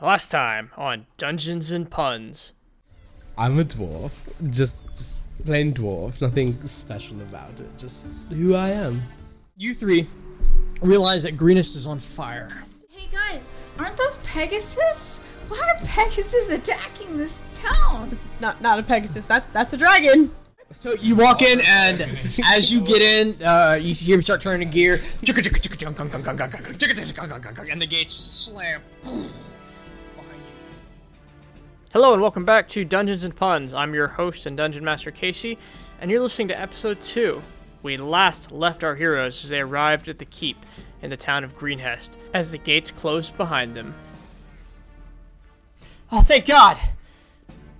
Last time on Dungeons and Puns. I'm a dwarf, just just plain dwarf, nothing special about it, just who I am. You three realize that Greenus is on fire. Hey guys, aren't those Pegasus? Why are Pegasus attacking this town? Not not a Pegasus. That's that's a dragon. So you walk in, and as you get in, uh, you hear him start turning the gear, and the gates slam. Hello and welcome back to Dungeons and Puns. I'm your host and Dungeon Master Casey, and you're listening to episode 2. We last left our heroes as they arrived at the keep in the town of Greenhest as the gates closed behind them. Oh, thank God!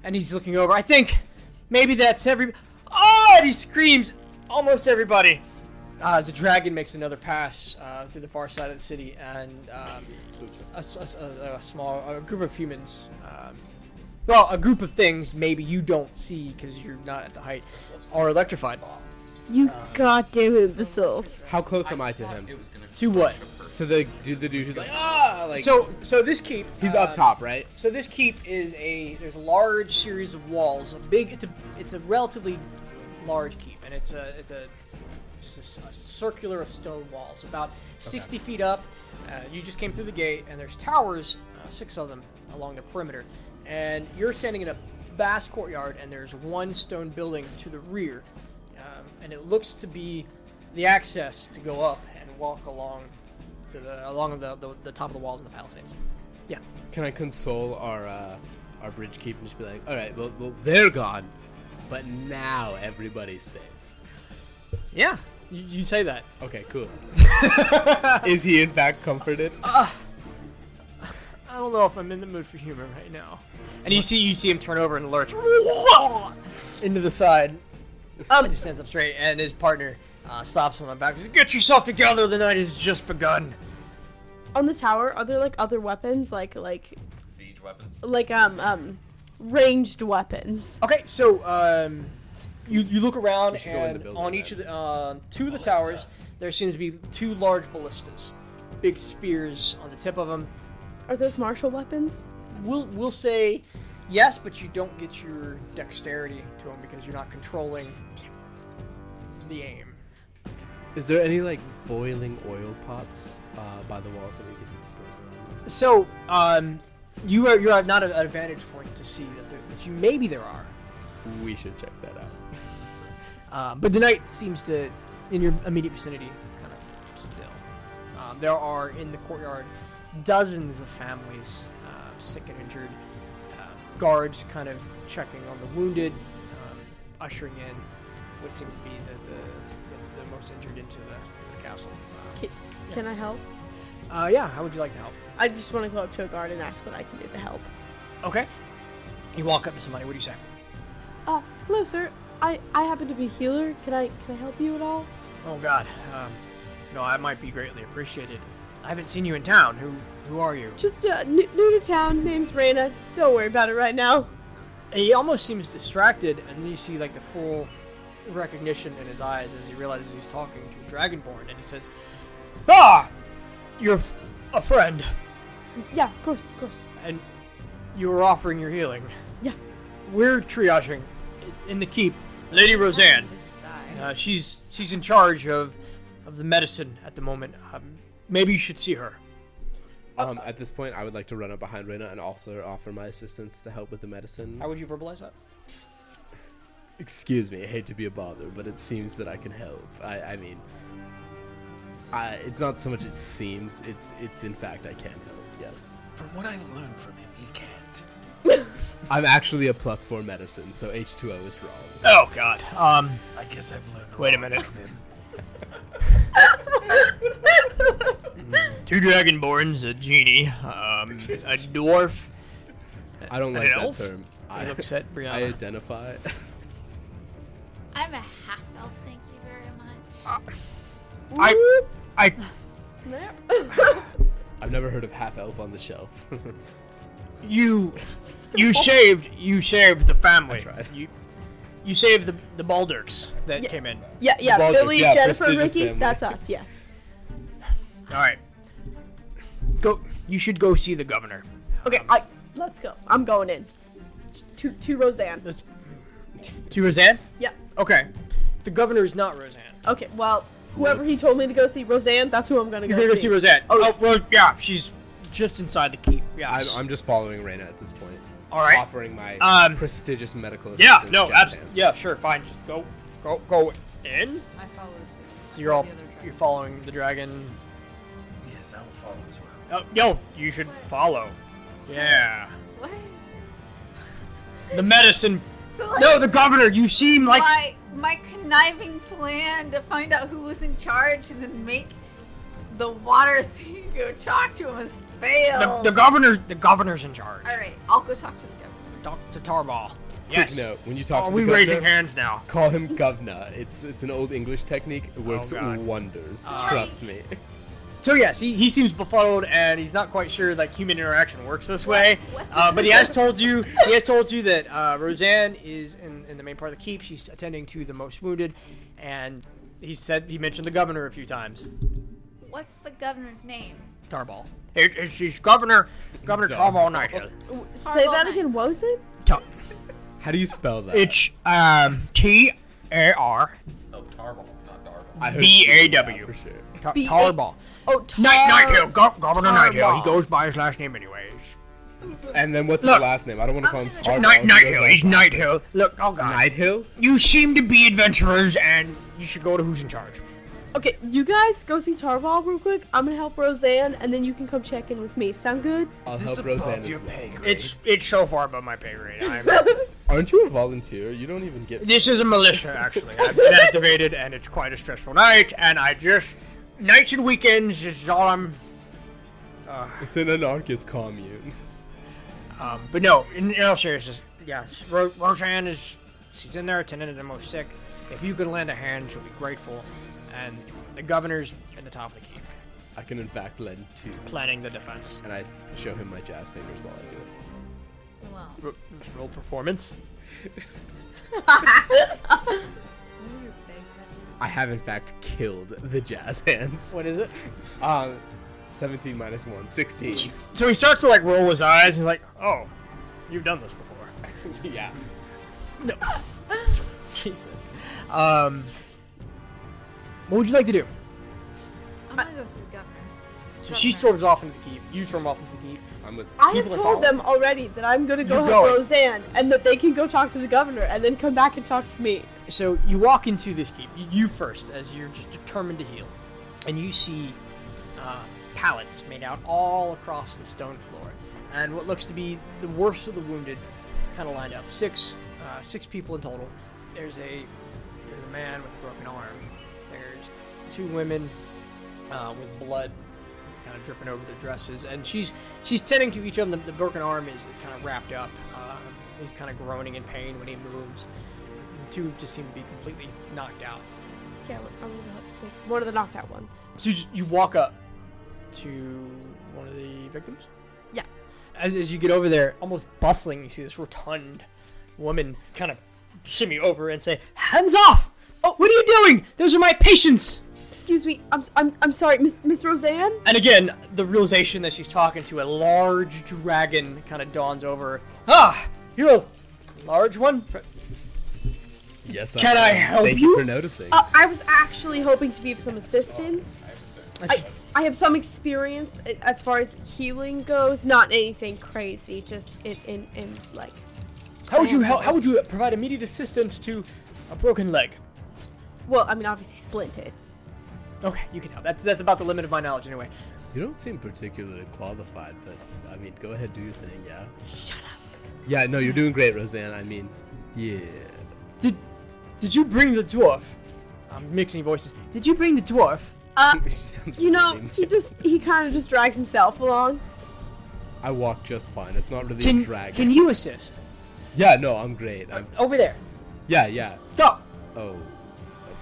And he's looking over. I think maybe that's every. Oh! And he screams, almost everybody. Uh, as the dragon makes another pass uh, through the far side of the city, and um, a, s- a s- a- a small a group of humans, um, well, a group of things maybe you don't see because you're not at the height, are electrified. You Oh. got do it yourself. How close am I to him? To what? To the dude, the dude who's like ah, like So, so this keep he's uh, up top, right? So this keep is a there's a large series of walls. A big it's a it's a relatively large keep, and it's a it's a just a s- a, circular of stone walls, about 60 feet up. Uh, you just came through the gate, and there's towers, uh, six of them along the perimeter, and you're standing in a vast courtyard, and there's one stone building to the rear, um, and it looks to be the access to go up and walk along to the along the, the, the top of the walls and the palisades. Yeah. Can I console our uh, our bridge keep and just be like, all right, well, well they're gone, but now everybody's safe. Yeah, you, you say that. Okay, cool. Is he in fact comforted? I don't know if I'm in the mood for humor right now. And you see you see him turn over and lurch into the side. Um, as he stands up straight, and his partner uh, slaps him on the back. says, Get yourself together. The night has just begun. On the tower, are there like other weapons, like like siege weapons. like um um ranged weapons? Okay, so um, you you look around should go in the and building on then. each of the uh, two of the towers, there seems to be two large ballistas, big spears on the tip of them. Are those martial weapons? We'll we'll say yes, but you don't get your dexterity to them because you're not controlling the aim. Is there any like boiling oil pots uh, by the walls that we get to tip over? So um, you are you are not at an advantage point to see that there, but you maybe there are. on? We should check that out. Um, but the night seems to, in your immediate vicinity, kind of still. Um, there are in the courtyard dozens of families, uh, sick and injured, uh, guards kind of checking on the wounded, um, ushering in what seems to be the, the, the, the most injured into the, the castle. Can, can I help? Uh, yeah, how would you like to help? I just want to go up to a guard and ask what I can do to help. Okay. You walk up to somebody, what do you say? Uh, hello, sir. I I happen to be a healer. Can I can I help you at all? Oh God, um, no, I might be greatly appreciated. I haven't seen you in town. Who, who are you? Just uh, new, new to town. Name's Raina. Don't worry about it right now. he almost seems distracted, and then you see like the full recognition in his eyes as he realizes he's talking to Dragonborn, and he says, "Ah, you're f- a friend, Yeah, of course, of course. and you were offering your healing. Yeah. We're triaging i- in the keep. Lady Roseanne, uh, she's she's in charge of of the medicine at the moment. Um, maybe you should see her. Um, at this point, I would like to run up behind Rena and also offer my assistance to help with the medicine. How would you verbalize that? Excuse me, I hate to be a bother, but it seems that I can help. I, I mean, I, it's not so much it seems; it's it's in fact I can help. Yes, From what I've learned from him, he can't. I'm actually a plus four medicine, so H2O is wrong. Oh God. Um. I guess I've learned. Wait a lot minute. From him. Two dragonborns, a genie, um, a dwarf. I don't An like that elf? term. He I, looks at I Brianna. identify. I'm a half elf, thank you very much. I, I Snap. I've never heard of half elf on the shelf. You, you saved, you saved the family. tried. You, you saved the the Baldurks that Yeah. came in. yeah, yeah. Baltic, Billy, yeah, Jennifer, prestigious Ricky. family. That's us. Yes. All right, go. You should go see the governor. Okay, I let's go. I'm going in. To to Roseanne. To Roseanne? Yeah. Okay. The governor is not Roseanne. Okay. Well, whoever Whoops. he told me to go see, Roseanne. That's who I'm gonna go You're gonna see. see Roseanne. Oh, yeah. well, yeah, she's just inside the keep. Yeah. I'm, I'm just following Reyna at this point. All right. Offering my Um, prestigious medical Yeah, assistance. no, jazz hands. absolutely. Yeah, sure, fine. Just go, go, go in. I followed too. So you're all The other dragon. you're following the dragon. Yes, I will follow as well. Oh, yo, you should follow. Yeah. What? The medicine. So like, No, the governor. You seem like my my conniving plan to find out who was in charge and then make the water thing go talk to him has the, failed. the governor. The governor's in charge. All right, I'll go talk to the governor. Doctor Tarball. Quick Yes. note: when you talk Are to we the governor, raising hands now? call him govna. It's it's an old English technique. It works Oh, God. Uh, wonders. Trust me. So yes, he, he seems befuddled and he's not quite sure like human interaction works this way. What- what? Uh, but he has told you he has told you that uh, Roseanne is in, in the main part of the keep. She's attending to the most wounded, and he said he mentioned the governor a few times. What's the governor's name? Tarball. It, it- she's governor governor Duh. Tarball Nightingale. Say Horrible that night. again. What was it? Tar- How do you spell that? It's um T A R No, Tarball, not Darble. I heard B A yeah, for W. sure. Tar- B A- Tarball. Oh, Night Tar- Nightingale. Go- governor Nightingale. He Tarball. goes by his last name anyways. And then what's Look. his last name? I don't want to call him gonna- Targal. Night Nighthill. He's Nighthill. Look, oh god. Nighthill. You seem to be adventurers, and you should go to who's in charge. Okay, you guys go see Tarball real quick. I'm gonna help Roseanne, and then you can come check in with me. Sound good? I'll This help above Roseanne your as well. pay grade. It's it's so far above my pay grade. I'm, Aren't you a volunteer? You don't even get. this is a militia, actually. I've been activated, and it's quite a stressful night. And I just nights and weekends is all I'm. It's an anarchist commune. Um, but no, in, in all seriousness, yes. Ro- Roseanne is she's in there attending to the most sick. If you can lend a hand, she'll be grateful. And the governor's in the top of the keep, I can in fact lend two. planning the defense. And I show him my jazz fingers while I do it. Well, Ro- just roll performance. I have in fact killed the jazz hands. What is it? Um, 17 minus 1, 16. So he starts to like roll his eyes. And he's like, "Oh, you've done this before." yeah. Jesus. Um, what would you like to do? I'm gonna go see the governor. So she storms off into the keep. You storm off into the keep. I'm with. I have People are told them already that I'm gonna go You're help going. Roseanne, and that they can go talk to the governor, and then come back and talk to me. So you walk into this keep. y- You first, as you're just determined to heal, and you see uh, pallets made out all across the stone floor, and what looks to be the worst of the wounded, kind of lined up. Six, uh, six people in total. There's a there's a man with a broken arm. There's two women uh, with blood kind of dripping over their dresses, and she's she's tending to each of them. The, the broken arm is, is kind of wrapped up. Uh, he's kind of groaning in pain when he moves. Two just seem to be completely knocked out. Okay, I'm I'm gonna help. the- One of the knocked out ones. So you, just, you walk up to one of the victims. Yeah. As, as you get over there, almost bustling, you see this rotund woman kind of shimmy over and say, "Hands off! Oh, what are you doing? Those are my patients!" Excuse me. I'm s- I'm, I'm sorry, Miss Miss Roseanne. And again, the realization that she's talking to a large dragon kind of dawns over. her. Ah, you're a large one. Yes, Can I am. help Thank you? you? for noticing. Uh, I was actually hoping to be of some assistance. I, I have some experience i- as far as healing goes. Not anything crazy, just in in, in like. How would you help? How would you provide immediate assistance to a broken leg? Well, I mean, obviously splinted. Okay, you can help. That's that's about the limit of my knowledge, anyway. you don't seem particularly qualified, but I mean, go ahead, do your thing, yeah? Shut up. Yeah, no, you're doing great, Roseanne. I mean, yeah. Did did you bring the dwarf? I'm mixing voices. Did you bring the dwarf? She sounds You know, really- he just he kind of just dragged himself along. I walk just fine. It's not really a Can dragon. can you assist? Yeah, no, I'm great. I'm, Over there. yeah, yeah. Go. Oh,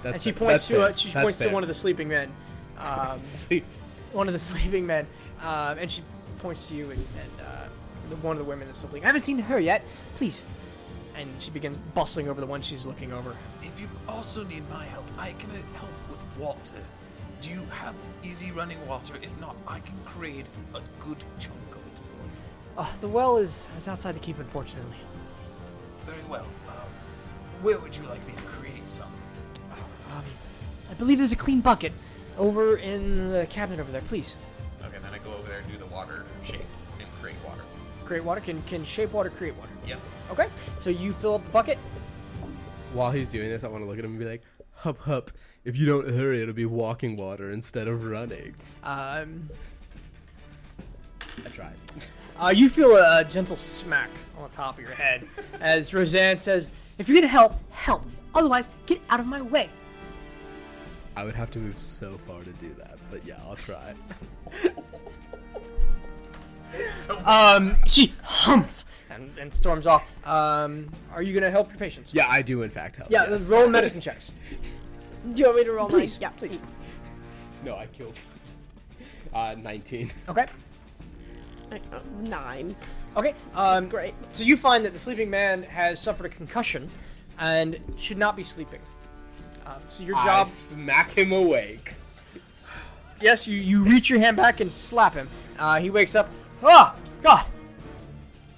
that's. And she fair. That's points to fair. a, she That's points fair. to one of the sleeping men. Um, Sleep. one of the sleeping men, um, and she points to you and, and uh, the, one of the women that's sleeping. I haven't seen her yet. Please. And she begins bustling over the one she's looking over. If you also need my help, I can help with water. Do you have easy running water? If not, I can create a good chunk of it for you. Uh, the well is, is outside the keep, unfortunately. Very well. Um, where would you like me to create some? I believe there's a clean bucket over in the cabinet over there. Please. Okay, then I go over there and do the water shape and create water. Create water. Can, can shape water create water? Yes. Okay. So you fill up the bucket. While he's doing this, I want to look at him and be like, "Hup hup! If you don't hurry, it'll be walking water instead of running." Um, I tried. Uh, you feel a gentle smack on the top of your head as Roseanne says, If you're gonna help, help. Otherwise, get out of my way. I would have to move so far to do that, but yeah, I'll try. Um, she humph and, and storms off. Um, are you gonna help your patients? Yeah, I do in fact help. Yeah, yes. roll medicine checks. Do you want me to roll Please, mine? yeah, please. No, I killed. Uh, 19. Okay. Yeah. I- oh, Nine. Okay. Um, That's great. So you find that the sleeping man has suffered a concussion and should not be sleeping. Um, so your I job. smack him awake. Yes, you, you reach your hand back and slap him. Uh, he wakes up. Ah, God.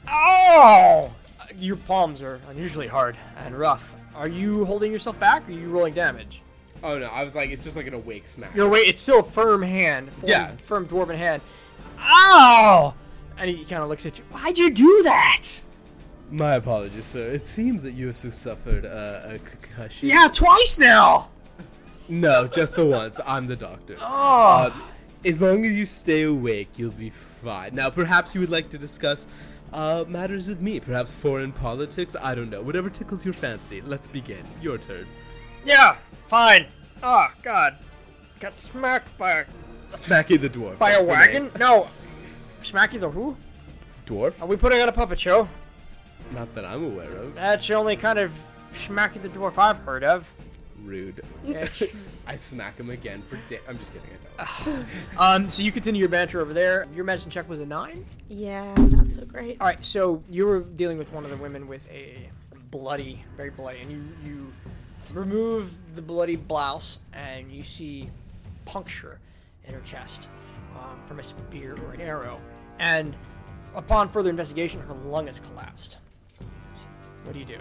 Ow! Uh, Your palms are unusually hard and rough. Are you holding yourself back? Or are you rolling damage? Oh no, I was like, it's just like an awake smack. Your weight. It's still a firm hand. Firm, Yeah. Firm dwarven hand. Ow! And he kind of looks at you. Why'd you do that? My apologies, sir. It seems that you have suffered uh, a concussion. Yeah, twice now. No, just the once. I'm the doctor. Oh. Um, as long as you stay awake, you'll be fine. Now, perhaps you would like to discuss uh, matters with me, perhaps foreign politics. I don't know. Whatever tickles your fancy. Let's begin. Your turn. Yeah, fine. Oh God, got smacked by a, Smacky the dwarf. by that's a the wagon. name. No, Smacky the who? Are Dwarf? we putting on a puppet show? Not that I'm aware of. That's the only kind of Smacky the dwarf I've heard of. Rude. I smack him again for. Da- I'm just kidding. I don't. um, so you continue your banter over there. Your medicine check was a nine. Yeah, not so great. All right, so you were dealing with one of the women with a bloody, very bloody, and you you remove the bloody blouse and you see puncture in her chest um, from a spear or an arrow, and upon further investigation, her lung has collapsed. What do you do?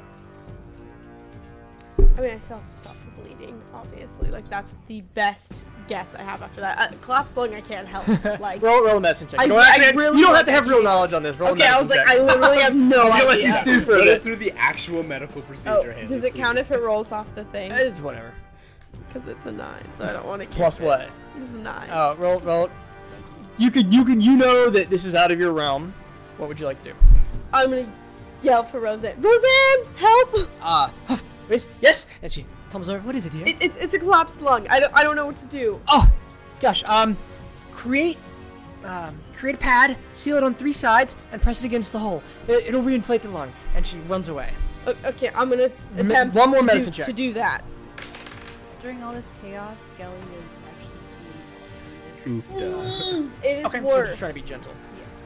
I mean, I still have to stop the bleeding, obviously. Like, that's the best guess I have after that. Uh, collapse lung, I can't help. Like, Roll, roll a medicine check. I- No, I actually, really- you don't have to have real knowledge on this. Roll a okay, I was medicine like, check. I literally have no I'm gonna let you idea. stew for a Let us bit. through the actual medical procedure. Uh, Oh, Haley, does it count please. if it rolls off the thing? It's whatever. Because it's a nine, so I don't want to. Uh, Plus what? It's a nine. Oh, roll, roll. You could, you could, you know that this is out of your realm. What would you like to do? I'm gonna yell for Roseanne. Roseanne, help! Uh, wait, yes. And she comes over. What is it, dear? It, it's it's a collapsed lung. I don't I don't know what to do. oh, gosh. Um, create, um, create a pad, seal it on three sides, and press it against the hole. It, it'll reinflate the lung. And she runs away. O- Okay, I'm gonna attempt one more to, medicine do, check. to do that. During all this chaos, Skelly is actually asleep. Oofda. It is okay, so I'm worse. just trying to be gentle.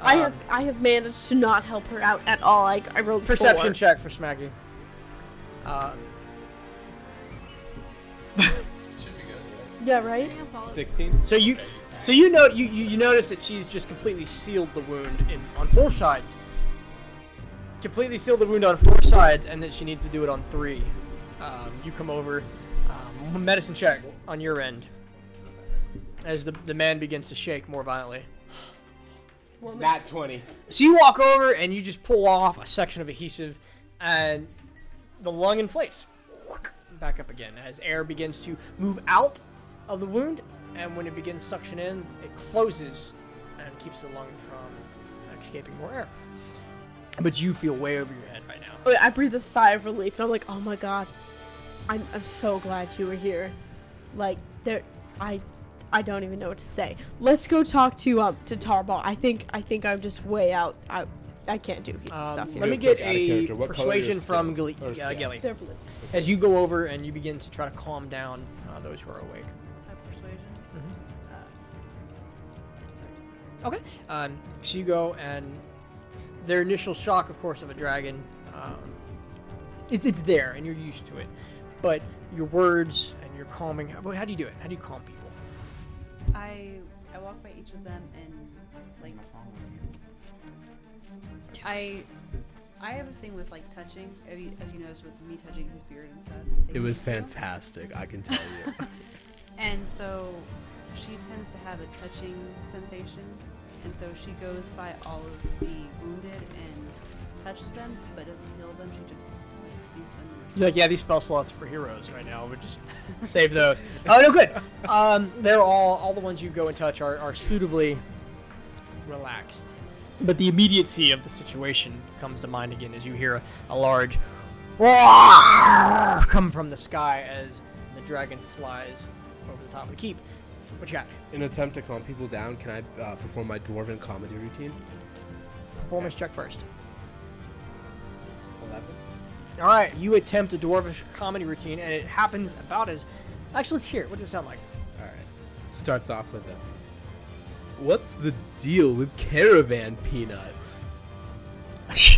I Um, have I have managed to not help her out at all. I, I rolled Perception four. check for Smaggy. Uh, Should be good. Yeah, right. Sixteen. so you, so you know, you, you you notice that she's just completely sealed the wound in on four sides. Completely sealed the wound on four sides, and that she needs to do it on three. Um, you come over, um, medicine check on your end. As the, the man begins to shake more violently. Nat twenty. So you walk over and you just pull off a section of adhesive, and the lung inflates. Back up again as air begins to move out of the wound, and when it begins suction in, it closes and keeps the lung from escaping more air. But you feel way over your head right now. Wait, Oh, I breathe a sigh of relief, and I'm like, oh my god, I'm I'm so glad you were here. Like there, I I don't even know what to say. Let's go talk to um to Tarball. I think I think I'm just way out. I I can't do Um, stuff here. let me Real get quick, out of a character, what color is persuasion from scales? Gilly, Or uh, scales? Gilly. They're blue. as you go over and you begin to try to calm down uh, those who are awake. Okay. Um, so you go, and their initial shock, of course, of a dragon, um, it's, it's there, and you're used to it. But your words and your calming, how, how do you do it? How do you calm people? I I walk by each of them and like I I have a thing with like touching. I mean, as you noticed with me touching his beard and stuff. to say It was thank you. fantastic, I can tell you. And so she tends to have a touching sensation, and so she goes by all of the wounded and touches them, but doesn't heal them. She just like sees them. You're like, yeah, these spell slots for heroes right now. We'll just save those. Oh no, good. Um, they're all all the ones you go and touch are, are suitably relaxed, but the immediacy of the situation comes to mind again as you hear a, a large roar come from the sky as the dragon flies over the top of the keep. What you got? In an attempt to calm people down, can I uh, perform my dwarven comedy routine? Performance check first. All right, you attempt a dwarvish comedy routine, and it happens about as. Actually, let's hear it. What does it sound like? All right. Starts off with a. What's the deal with caravan peanuts?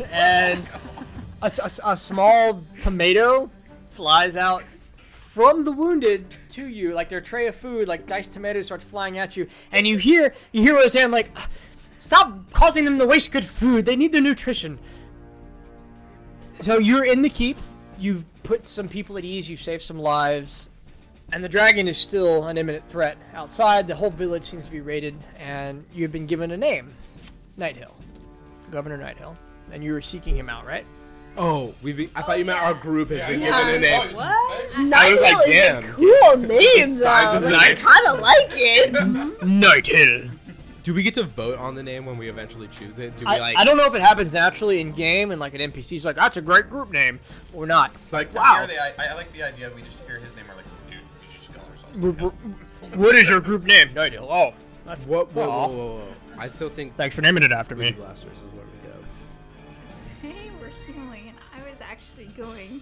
and a, s- a small tomato flies out from the wounded to you, like their tray of food, like diced tomato starts flying at you, and you hear you hear Roseanne like, "Stop causing them to waste good food. They need their nutrition." So you're in the keep. You've put some people at ease. You've saved some lives, and the dragon is still an imminent threat outside. The whole village seems to be raided, and you've been given a name, Nighthill, Governor Nighthill, and you were seeking him out, right? Oh, we. Be- I thought you meant our group has been given a name. What? I was like, Nighthill is a damn. cool name, though. Side to I side. kind of like it. Nighthill. Do we get to vote on the name when we eventually choose it? Do we I, like? I don't know if it happens naturally in game and like an NPC's like that's a great group name or not. Like, Wow. The, I, I like the idea we just hear his name. We're like, dude, we should just call ourselves. W- Nighthill. w- What is your group name? Nighthill. Oh, that's Whoa, whoa, whoa, Aw. whoa, whoa. I still think Thanks for naming it after Wiki me. Blasters is where we go. Hey, we're healing, and I was actually going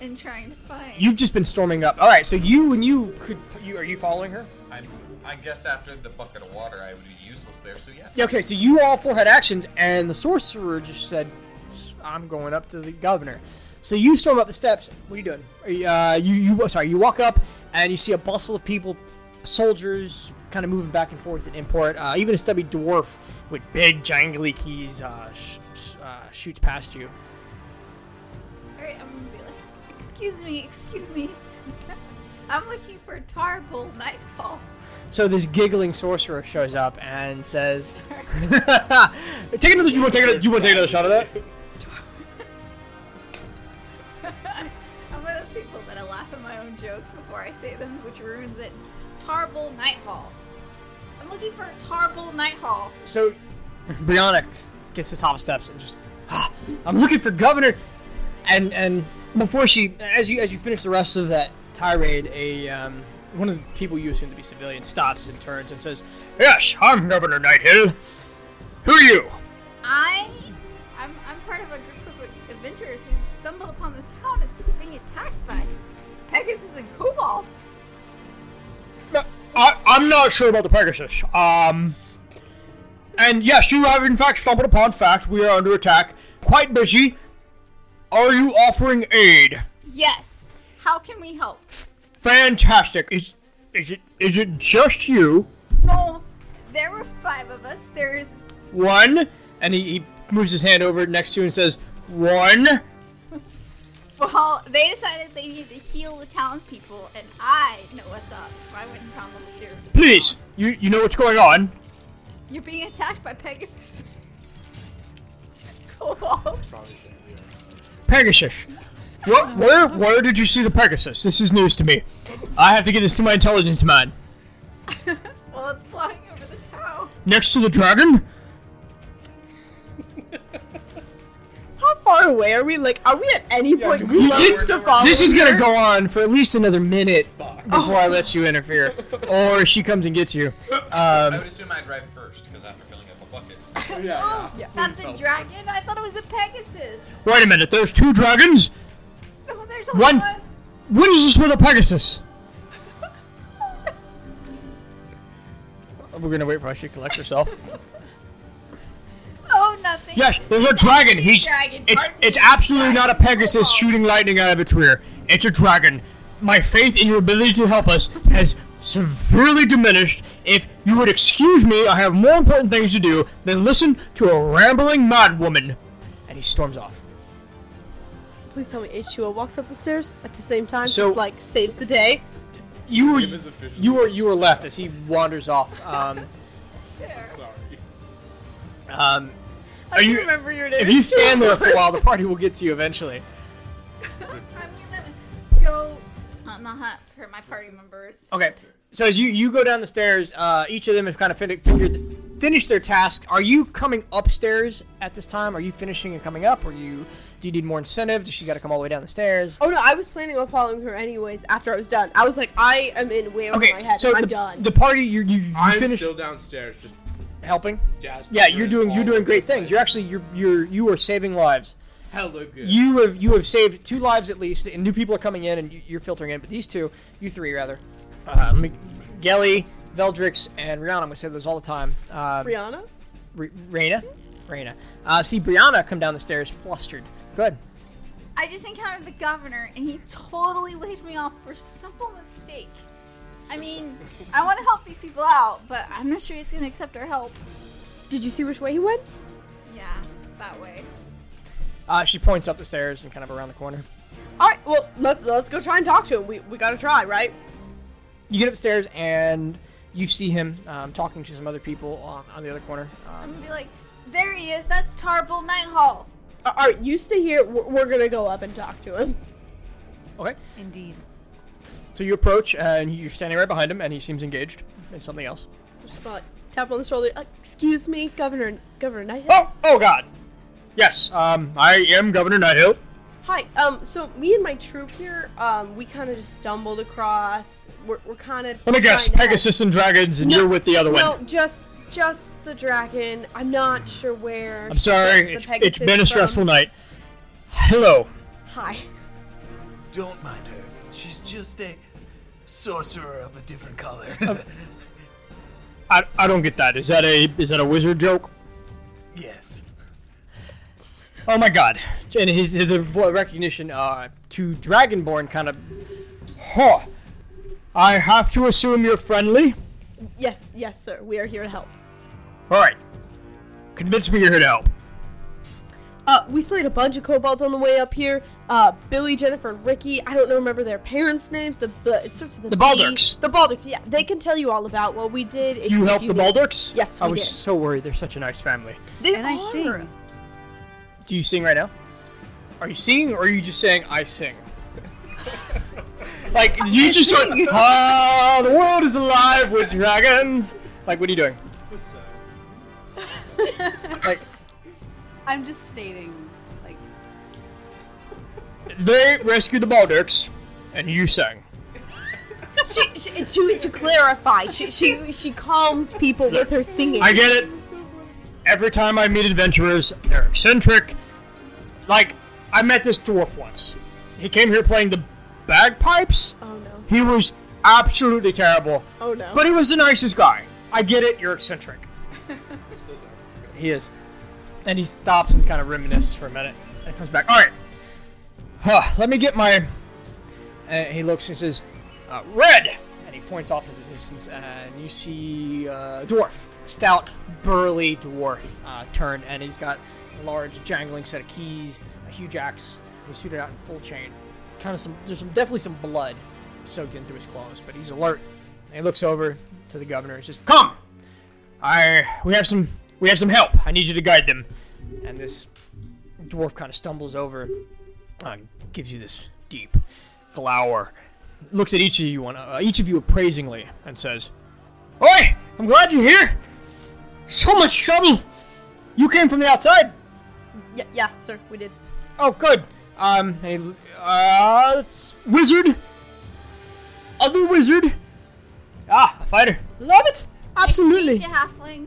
and trying to find. You've just been storming up. All right, so you when you could you are you following her? I'm, I guess after the bucket of water, I would be useless there. So yes. Yeah. Okay, so you all four had actions, and the sorcerer just said, "S- "I'm going up to the governor." So you storm up the steps. What are you doing? Are you, uh, you you sorry, you walk up and you see a bustle of people, soldiers, kind of moving back and forth in import. Uh, even a stubby dwarf with big jangly keys uh, sh- sh- uh, shoots past you. All right, I'm gonna be like, excuse me, excuse me. I'm looking for Tarble Nightfall. So this giggling sorcerer shows up and says, "Take another. You want to take another? You want to take another shot of that?" I'm one of those people that I laugh at my own jokes before I say them, which ruins it. Tarble Nighthall. I'm looking for Tarble Nighthall. So, Brianna s- gets to the top steps and just, "Ah, I'm looking for governor, and and before she, as you as you finish the rest of that tirade, a um, one of the people you assume to be civilian stops and turns and says, "Yes, I'm Governor Nighthill. Who are you?" I, I'm, I'm part of a group of adventurers who stumbled upon this town. It's being attacked by Pegasus and kobolds. "Uh, I, I'm not sure about the Pegasus. Um, and yes, you have in fact stumbled upon fact. We are under attack. Quite busy. Are you offering aid? Yes. How can we help? Fantastic. Is is it is it just you? No, there were five of us. There's One, and he, he moves his hand over next to you and says, "One." Well, they decided they needed to heal the townspeople, and I know what's up, so I went and found the leader. of the Please, town. you you know what's going on. You're being attacked by Pegasus. Kobolds. Pegasus. What, where where did you see the Pegasus? This is news to me. I have to get this to my intelligence man. Well, it's flying over the town. Next to the dragon. How far away are we? Like, are we at any point close to following? This is gonna go on for at least another minute before I let you interfere, or she comes and gets you. um, I would assume I'd drive first because after filling up a bucket, oh, that's a dragon? I thought it was a Pegasus. Wait a minute. There's two dragons. Oh, there's only One- one. What is this with a Pegasus? We're gonna wait for her to collect herself. Oh, nothing. Yes, there's a dragon. He's Dragon, it's pardon it's me. absolutely Dragon. not a Pegasus Oh. shooting lightning out of its rear. It's a dragon. My faith in your ability to help us has severely diminished. If you would excuse me, I have more important things to do than listen to a rambling mad woman. and he storms off. Please tell me H2O walks up the stairs at the same time, So- just like saves the day. You were Give us a fish you were and you were left as he wanders off. Um, I'm sorry. um, I you- remember your name. if you stand there for a while, the party will get to you eventually. I'm gonna go on the hunt for my party members. Okay. So as you you go down the stairs, uh, each of them have kind of fin- figured finished their task. Are you coming upstairs at this time? Are you finishing and coming up? Or you do you need more incentive? Does she got to come all the way down the stairs? Oh no, I was planning on following her anyways after I was done. I was like, Oh, I am in way over Okay. my head. so I'm the, done. the party you you, you I'm finished still downstairs, just helping. jazz. Yeah, you're doing you're doing great things. You're actually you're you're you are saving lives. hella good. You have you have saved two lives at least, and new people are coming in, and you- you're filtering in. But these two, you three rather, uh, Mc- Gelly, Veldrix, and Rihanna. I'm gonna say those all the time. Uh, Brianna? Re- Raina, Raina. Uh, see Brianna come down the stairs, flustered. Good. I just encountered the governor, and he totally waved me off for simple mistake. I mean, I want to help these people out, but I'm not sure he's gonna accept our help. Did you see which way he went? Yeah, that way. Uh, she points up the stairs and kind of around the corner. Alright, well let's let's go try and talk to him. We we gotta try, right? You get upstairs and you see him um, talking to some other people on, on the other corner. Um, I'm gonna be like, there he is. That's Tarble Nighthall. All right, you stay here. We're, we're gonna go up and talk to him. okay. Indeed. So you approach and you're standing right behind him, and he seems engaged in something else. Just about tap on the shoulder. Uh, excuse me, Governor Governor Nighthead. Oh, oh God. Yes. Um, I am Governor Nighthill. Hi. Um. So me and my troop here, um, we kind of just stumbled across. We're, we're kind of. Let me guess, Pegasus and dragons, and No, you're with the other No, one. just just the dragon. I'm not sure where. I'm sorry, that's the it's, it's Pegasus been a from. stressful night. Hello. Hi. Don't mind her. She's just a sorcerer of a different color. Um, I, I don't get that. Is that a is that a wizard joke? yes. Oh my god! And his the vo- recognition uh, to Dragonborn kind of. Huh. I have to assume you're friendly. Yes, yes, sir. We are here to help. All right. Convince me you're here to help. Uh, we slayed a bunch of kobolds on the way up here. Uh, Billy, Jennifer, and Ricky. I don't remember their parents' names. The, the it starts with The B. Baldurks. The Baldurks. Yeah, they can tell you all about what we did. if- You if helped the need. Baldurks? Yes, I we was did. so worried. They're such a nice family. They And are. I sing. Do you sing right now? Are you singing, or are you just saying I sing? like you just sort of, ah, the world is alive with dragons. Like, what are you doing? Like I'm just stating, like, they rescued the Baldurks, and you sang. She, she, to to clarify, she she she calmed people with her singing. I get it. Every time I meet adventurers, they're eccentric. Like, I met this dwarf once. He came here playing the bagpipes. oh no! He was absolutely terrible. Oh no! But he was the nicest guy. I get it, you're eccentric. he is. And he stops and kind of reminisces for a minute and comes back. All right. Huh, let me get my. And he looks and says, uh, Red! And he points off into the distance, and you see uh, dwarf. Stout, burly dwarf uh, turned, and he's got a large, jangling set of keys, a huge axe, and he's suited out in full chain. Kind of some. There's some definitely some blood soaked in through his clothes, but he's alert. And he looks over to the governor and says, "Come, I we have some we have some help. I need you to guide them." And this dwarf kind of stumbles over, uh, gives you this deep glower, looks at each of you one uh, each of you appraisingly, and says, "Oi, I'm glad you're here. So much trouble. You came from the outside. yeah, yeah, sir, we did. Oh, good. Um, hey, uh, it's wizard. Other wizard. Ah, a fighter. Love it. Absolutely. You halfling.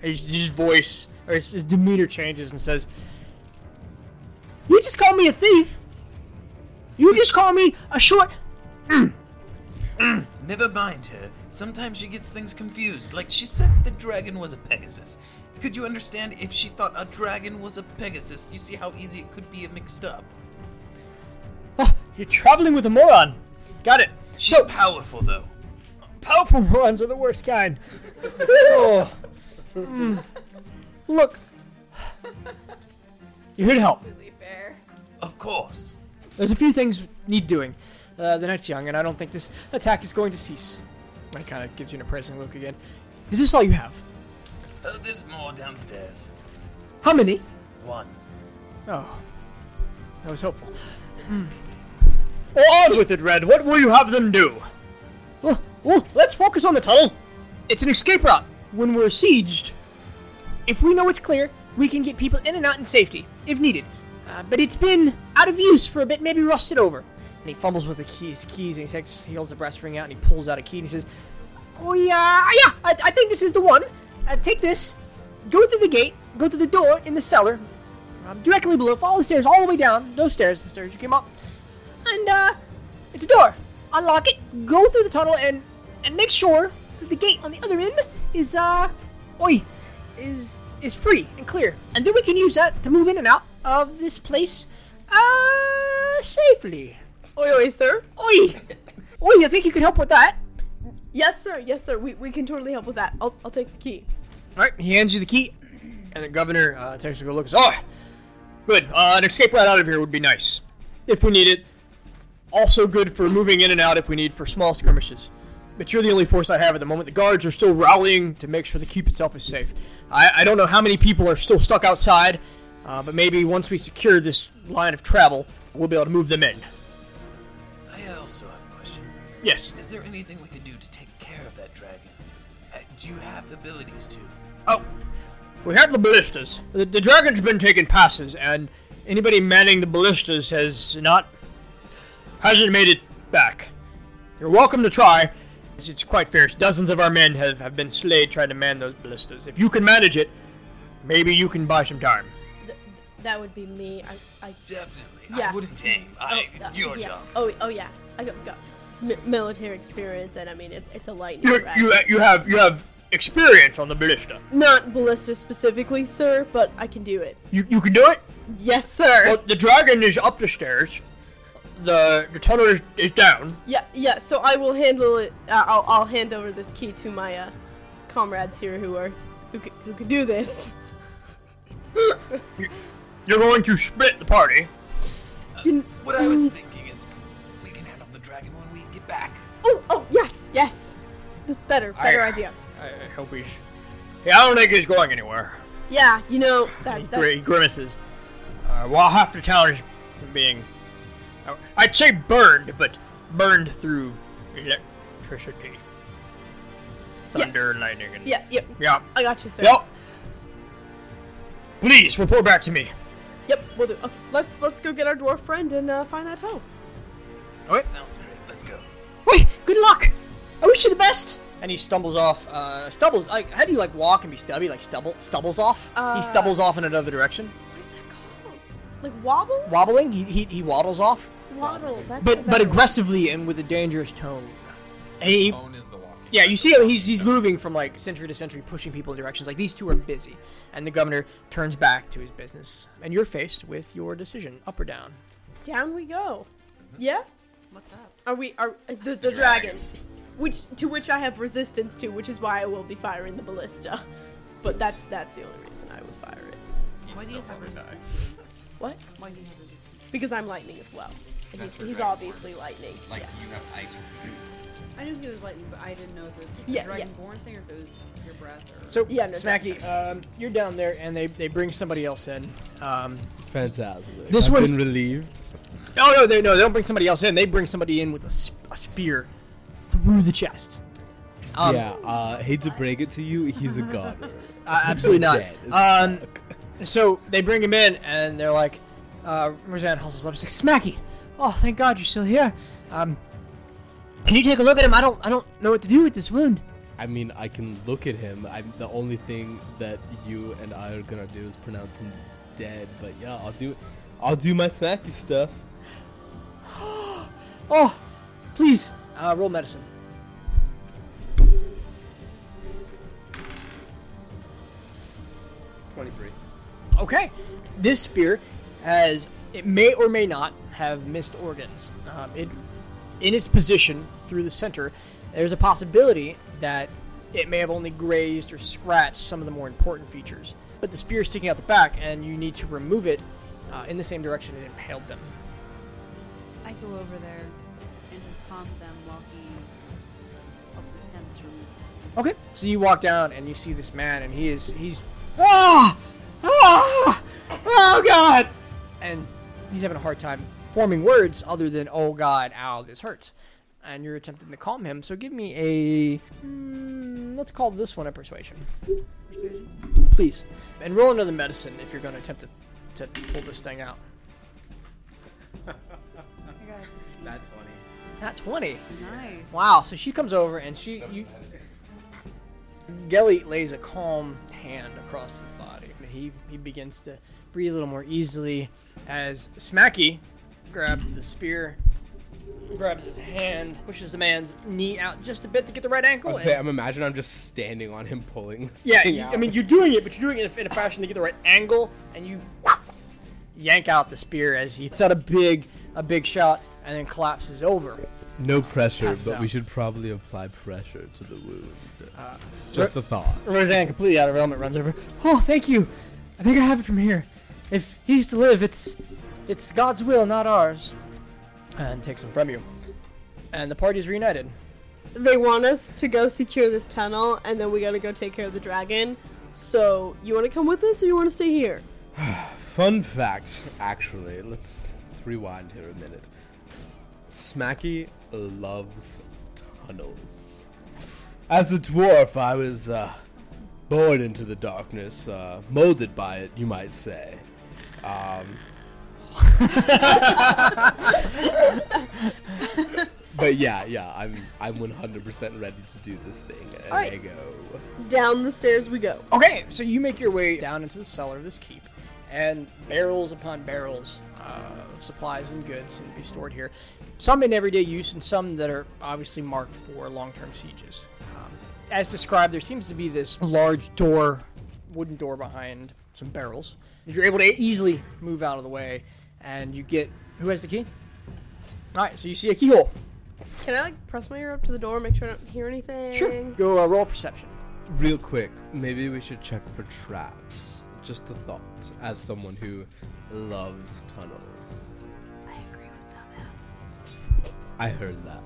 his, his voice or his, his demeanor changes and says, "You just call me a thief. You just call me a short." Never mind her. Sometimes she gets things confused. Like she said the dragon was a Pegasus. Could you understand if she thought a dragon was a Pegasus? You see how easy it could be mixed up. Oh, you're traveling with a moron. Got it. She's So powerful though. powerful morons are the worst kind. oh. Mm. Look, you're here to help. Completely fair. Of course. There's a few things need doing. Uh, the night's young, and I don't think this attack is going to cease. That kind of gives you an appraising look again. Is this all you have? Uh, there's more downstairs. How many? One. Oh, that was helpful. Hmm. Well, on with it, Red. What will you have them do? Oh, oh, let's focus on the tunnel. It's an escape route. When we're sieged, if we know it's clear, we can get people in and out in safety, if needed. Uh, but it's been out of use for a bit, maybe rusted over. And he fumbles with the keys, keys, and he takes, he holds the brass ring out and he pulls out a key and he says, "Oh yeah, yeah, I, I think this is the one. Uh, take this, go through the gate, go through the door in the cellar, um, directly below, follow the stairs all the way down, those stairs, the stairs you came up, and uh, it's a door. Unlock it, go through the tunnel, and and make sure that the gate on the other end is uh, oi, is is free and clear, and then we can use that to move in and out of this place, uh, safely. Oi, oi, sir. Oi, oi, I think Oh, you can help with that. Yes, sir. Yes, sir. We, we can totally help with that. I'll, I'll take the key. All right, he hands you the key, and the governor uh, takes a good look. and says, Oh, good. Uh, an escape route out of here would be nice, if we need it. Also good for moving in and out if we need for small skirmishes. But you're the only force I have at the moment. The guards are still rallying to make sure the keep itself is safe. I, I don't know how many people are still stuck outside, uh, but maybe once we secure this line of travel, we'll be able to move them in. I also have a question. Yes. Is there anything we can do to take care of that dragon? Uh, do you have the abilities to? Oh, we have the ballistas. The, the dragon's been taking passes, and anybody manning the ballistas has not hasn't made it back. You're welcome to try. It's, it's quite fierce. Dozens of our men have, have been slayed trying to man those ballistas. If you can manage it, maybe you can buy some time. Th- that would be me. I, I Definitely. Yeah. I wouldn't aim. I, Oh, it's your yeah. job. Oh, oh yeah. I got, got mi- military experience, and I mean it's, it's a lightning You rod. you you have you have experience on the ballista. Not ballista specifically, sir, but I can do it. You you can do it. Yes, sir. Well, the dragon is up the stairs. The the tunnel is, is down. yeah, yeah. So I will handle it. Uh, I'll, I'll hand over this key to my uh, comrades here who are who c- who can do this. You're going to split the party. You, What I Mm. was thinking is, we can handle the dragon when we get back. oh, oh, yes, yes. That's better, better I- idea. I, I hope he's. Yeah, I don't think he's going anywhere. Yeah, you know He that. that gr- he grimaces. Uh, well, half the town is being. I- I'd say burned, but burned through electricity. Thunder and lightning. And, yeah, yep. Yeah. I got you, sir. Yep. Please report back to me. Yep, we'll do. Okay, let's let's go get our dwarf friend and uh, find that toe. Sounds great. Let's go. Wait, good luck! I wish you the best! And he stumbles off, uh, stubbles, like, how do you, like, walk and be stubby? Like, stubble, stubbles off? Uh, he stubbles off in another direction. What is that called? Like wobbles? Wobbling, he, he, he waddles off. Waddle. That's But, the but better word. aggressively and with a dangerous tone. And he, Own is the walking. Yeah, you see him. He's he's moving from like century to century, pushing people in directions. Like these two are busy, and the governor turns back to his business, and you're faced with your decision: up or down. Down we go. Yeah. What's up? Are we? Are the the, dragon? Which to which I have resistance to, which is why I will be firing the ballista. But that's that's the only reason I would fire it. Why do you have resistance? What? Why do you have resistance? Because I'm lightning as well. And That's he's, her he's dragon obviously lightning. Like yes. you have ice. resistance. I knew he was lightning, but I didn't know if it was Yeah, the yeah. dragonborn thing or if it was your breath or. So Yeah, no, Smacky, um, you're down there, and they, they bring somebody else in. Um, Fantastic. This I've one- been relieved. no, no, they no, they don't bring somebody else in. They bring somebody in with a, s- a spear through the chest. Um, yeah, uh, hate to break it to you, he's a god. uh, absolutely not. Um, um, So they bring him in, and they're like, uh, Roseanne hustles up. She's like, Smacky, oh, thank God you're still here. Um, can you take a look at him? I don't, I don't know what to do with this wound. I mean, I can look at him. I'm the only thing that you and I are gonna do is pronounce him dead. But yeah, I'll do, I'll do my snacky stuff. Oh, please, uh, roll medicine. Twenty-three. Okay, this spear has it may or may not have missed organs. Um, it in its position through the center, there's a possibility that it may have only grazed or scratched some of the more important features. but the spear is sticking out the back, and you need to remove it uh, in the same direction it impaled them. I go over there and calm them while he helps attempt to remove the spear. Okay. So you walk down and you see this man, and he is he's ah ah oh god, and he's having a hard time forming words other than oh god, ow, this hurts. And you're attempting to calm him. So give me a mm, let's call this one a persuasion. Persuasion, please, and roll another medicine if you're going to attempt to to pull this thing out. I got a 16. That's funny. Not twenty. nice. Wow. So she comes over and she you. Gelly lays a calm hand across his body. He he begins to breathe a little more easily as Smacky grabs the spear, grabs his hand, pushes the man's knee out just a bit to get the right I ankle. was say, and- I'm imagining I'm just standing on him pulling this yeah, thing you- out. I mean you're doing it, but you're doing it in a, in a fashion to get the right angle, and you yank out the spear as he lets out a big a big shot and then collapses over. no pressure, Pass but we out. should probably apply pressure to the wound. Uh, just a thought. Roseanne, completely out of her element, runs over. Oh, thank you. I think I have it from here. If he used to live, it's it's God's will, not ours. And takes him from you. And the party's reunited. They want us to go secure this tunnel, and then we gotta go take care of the dragon. So, you wanna come with us, or you wanna stay here? Fun fact, actually, let's let's rewind here a minute. Smacky loves tunnels. As a dwarf, I was uh, born into the darkness, uh, molded by it, you might say. Um, but yeah, yeah, I'm I'm 100% ready to do this thing. And I Alright. go. Down the stairs we go. Okay, so you make your way down into the cellar of this keep, and barrels upon barrels uh, of supplies and goods seem to be stored here. Some in everyday use, and some that are obviously marked for long term sieges. Um, as described, there seems to be this large door, wooden door behind some barrels. You're able to easily move out of the way, and you get. Who has the key? Alright, so you see a keyhole. Can I, like, press my ear up to the door, make sure I don't hear anything? Go uh, roll perception. Real quick, maybe we should check for traps. Just a thought, as someone who loves tunnels. I agree with Dumbass. I heard that.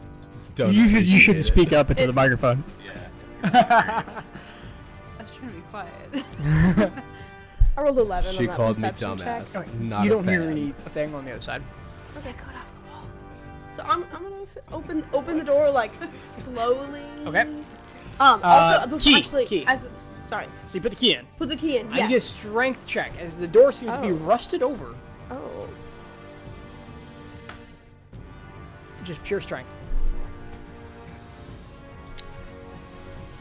Don't appreciate it. up into the microphone. I was trying to be quiet. I rolled 11 She on that called me perception check. dumbass. Not you a don't hear fan. anything on the other side. Okay, cut off the walls. So I'm, I'm gonna open open the door like slowly. Okay. Um. Also, Uh, before, key, actually, key. as sorry, So you put the key in. put the key in. I Yes. need a strength check as the door seems to be Oh. rusted over. Oh. Just pure strength.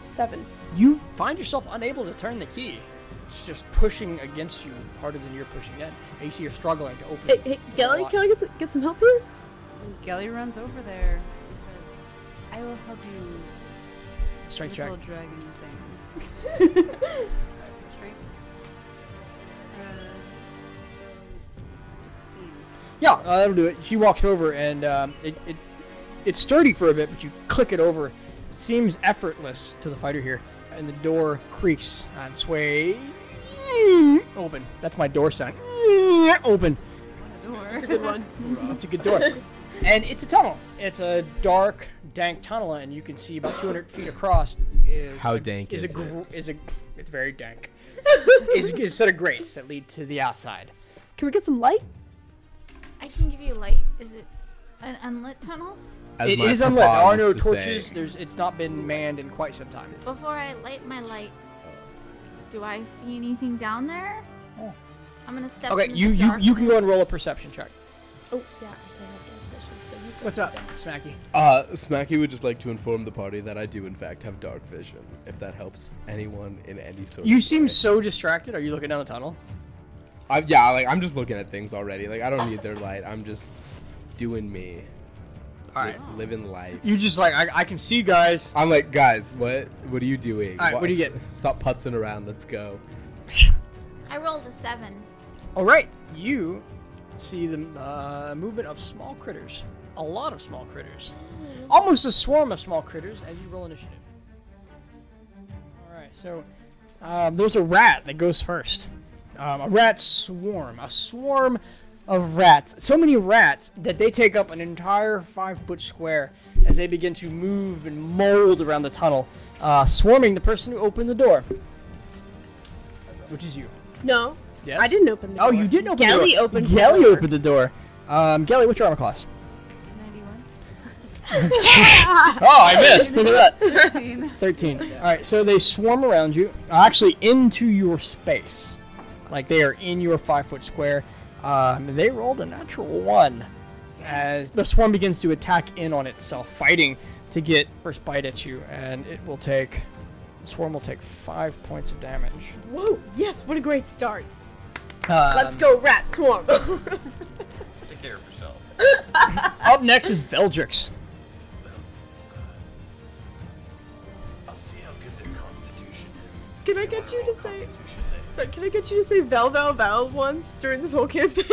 Seven. You find yourself unable to turn the key. It's just pushing against you harder than you're pushing it. And you see you're struggling to open Hey, it. hey It's a Gelly, lot. can I get some, get some help here? Gelly runs over there and says, I will help you with Strength this check. little dragon thing. Strength? Uh, so 16. Yeah, uh, that'll do it. She walks over and um, it, it it's sturdy for a bit, but you click it over. It seems effortless to the fighter here, and the door creaks and sways. Open. That's my door sound. Open. Door. Good one. It's a good door. and it's a tunnel. It's a dark, dank tunnel, and you can see about 200 feet across is How a- dank is, is a gr- is a it's very dank. is a set of grates that lead to the outside. Can we get some light? I can give you light. Is it an unlit tunnel? As It my is unlit. There papa are no used to say, torches. There's it's not been manned in quite some time. Before I light my light, do I see anything down there? I'm gonna step. Oh. Okay, into you the you, you can go and darkness. roll a perception check. Oh yeah, I can help you with vision, so you go What's up, ahead. Smacky? Uh, Smacky would just like to inform the party that I do in fact have dark vision, if that helps anyone in any sort. You of seem way. so distracted. Are you looking down the tunnel? I, yeah, like I'm just looking at things already. Like I don't need their light. I'm just doing me, All right. Li- living life. You just like I, I can see guys. I'm like, guys, what what are you doing? All right, what do you get? Stop putzing around. Let's go. I rolled a seven. All right, you see the uh, movement of small critters. A lot of small critters. Almost a swarm of small critters as you roll initiative. All right, so uh, Um, there's a rat that goes first. Um, a rat swarm. A swarm of rats. So many rats that they take up an entire five foot square as they begin to move and mold around the tunnel, uh, swarming the person who opened the door, which is you. No, Yes? I didn't open the Oh, door. you didn't open Gelly the door. opened the Gelly door. opened the door. Um, Gelly, what's your armor class? 91. Oh, I missed. Look at that. 13. 13. All right, so they swarm around you, uh, actually into your space. Like they are in your five foot square. Um, they rolled a natural one. As the swarm begins to attack in on itself, fighting to get first bite at you, and it will take. The swarm will take five points of damage. Whoa! Yes, what a great start. Um, Let's go, rat swarm. Take care of yourself. Up next is Veldrix. Uh, I'll see how good their constitution is. Can I get you to say- Constitution save. Sorry, can I get you to say Vel Vel Vel once during this whole campaign?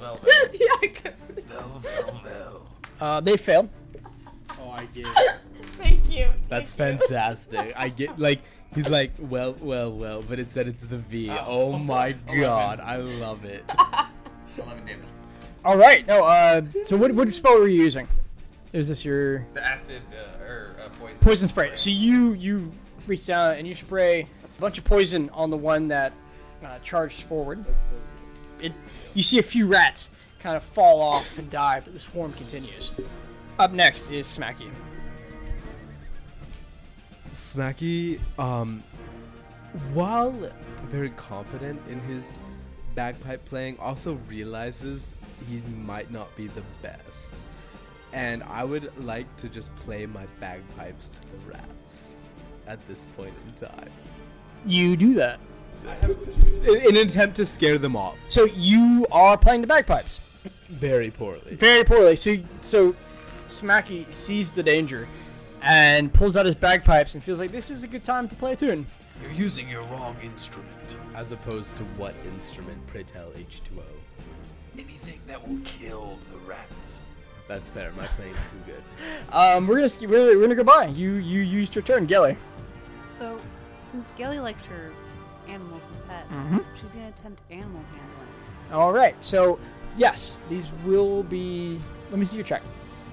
vel, yeah, because Vel, vel, vel. Uh, they failed. Oh, I get. Thank you. That's fantastic. I get like he's like well, well, well, but it said it's the V. Oh, my god, I love it. 11 damage. All right. No. Uh, so what what spell were you using? Is this your The acid, uh, or uh, poison. poison spray? So you you reach down and you spray a bunch of poison on the one that uh, charged forward. It you see a few rats kind of fall off and die, but the swarm continues. Up next is Smacky. Smacky, um, while very confident in his bagpipe playing, also realizes he might not be the best. And I would like to just play my bagpipes to the rats at this point in time. You do that. In, in an attempt to scare them off So you are playing the bagpipes. very poorly. very poorly. So, so Smacky sees the danger and pulls out his bagpipes and feels like this is a good time to play a tune. You're using your wrong instrument. As opposed to what instrument, pray tell H2O. Anything that will kill the rats. That's fair, my playing's too good. Um, we're gonna sk- we're, we're gonna go by. You you used your turn, Gelly. So, since Gelly likes her animals and pets, Mm-hmm. she's going to attempt animal handling. All right. So yes, these will be. Let me see your check,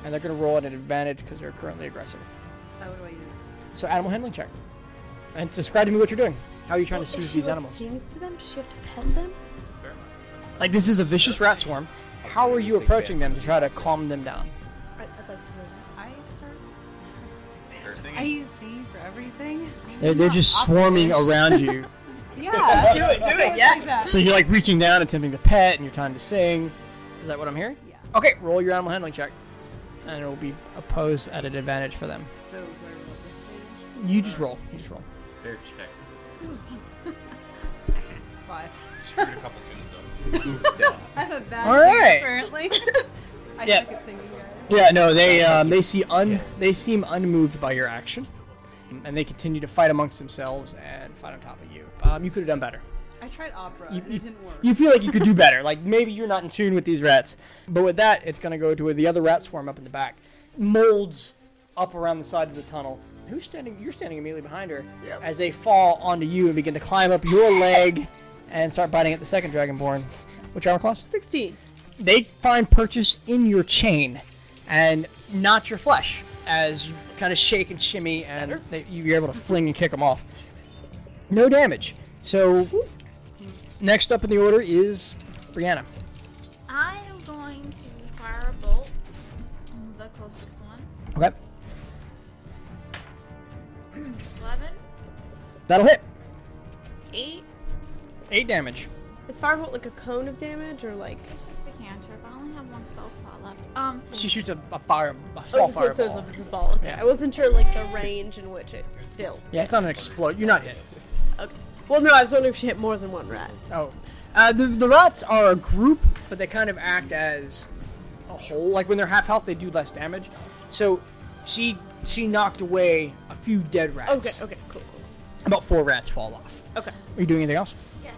and they're gonna roll at an advantage because they're currently aggressive. Oh, what do I use? So animal handling check, and describe to me what you're doing. How are you trying to soothe these animals? sings to them, does she have to pet them? Like this is a vicious rat swarm. How are you approaching them to try to calm them down? I, I'd like to know I start. Cursing. I use C for everything. They're, they're just swarming around you. Yeah. that. Do it, do it, yes. So you're like reaching down, attempting to pet, and you're trying to sing. Is that what I'm hearing? yeah. Okay, roll your animal handling check, and it will be opposed at an advantage for them. So, do I roll this page? You just roll. You just roll. Bear check. Five. Screwed a couple tunes up. I have a bad All singer, right. apparently. I Yeah. suck at singing, guys. Yeah, no, they um, they see un they seem unmoved by your action, and they continue to fight amongst themselves and fight on top of you. Um, you could have done better. I tried opera. You, and you- it didn't work. you feel like you could do better. Like maybe you're not in tune with these rats. But with that, it's gonna go to the other rat swarm up in the back. Molds up around the side of the tunnel. Who's standing? You're standing immediately behind her as they fall onto you and begin to climb up your leg and start biting at the second dragonborn. Which armor class? 16. they find purchase in your chain and not your flesh as you kind of shake and shimmy and they, you're able to fling and kick them off. No damage. So, next up in the order is Brianna. I am going to fire a bolt. The closest one. Okay. 11, That'll hit. 8. Eight damage. Is firebolt like a cone of damage or like? It's just a cantrip. I only have one spell slot left. Um, She shoots a, a fire, a small so it says fireball. Oh, this is ball. Okay, Yeah. I wasn't sure like the range in which it dealt. Yeah, it's not an explode. You're not hit. Okay. Well, no, I was wondering if she hit more than one rat. Oh. Uh, the, the rats are a group, but they kind of act as a whole. Like when they're half health, they do less damage. So she she knocked away a few dead Okay, rats. okay, cool, cool. About four rats fall off. Okay. Are you doing anything else? yes.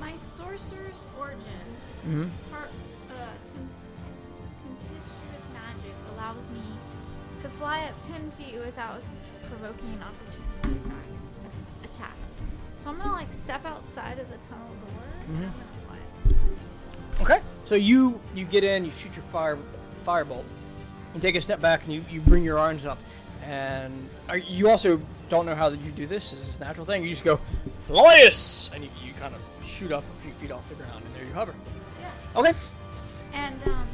My sorcerer's origin, part, uh, tem- tempestuous magic, allows me to fly up 10 feet without provoking an opportunity attack. So I'm gonna like step outside of the tunnel door. and I'm gonna fly. Okay. So you you get in, you shoot your fire firebolt, you take a step back, and you, you bring your arms up, and are, you also don't know how that you do this. Is this a natural thing? You just go, Flyus, and you, you kind of shoot up a few feet off the ground, and there you hover. Yeah. Okay. And um,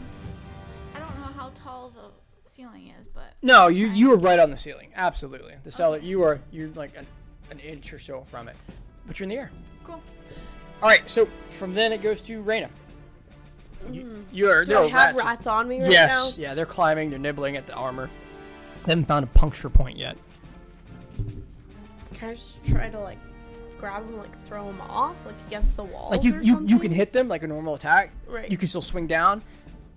I don't know how tall the ceiling is, but No, you you are right on the ceiling. Absolutely, the cellar. You are you're like an, an inch or so from it, but you're in the air. cool. All right. So from then it goes to Raina. You, you are Mm. Do there I are have rats rats on me right yes, now? yeah, they're climbing, they're nibbling at the armor. They haven't found a puncture point yet. Can I just try to like grab them, like throw them off, like against the wall? Like you, or you, you can something? hit them like a normal attack. Right. You can still swing down.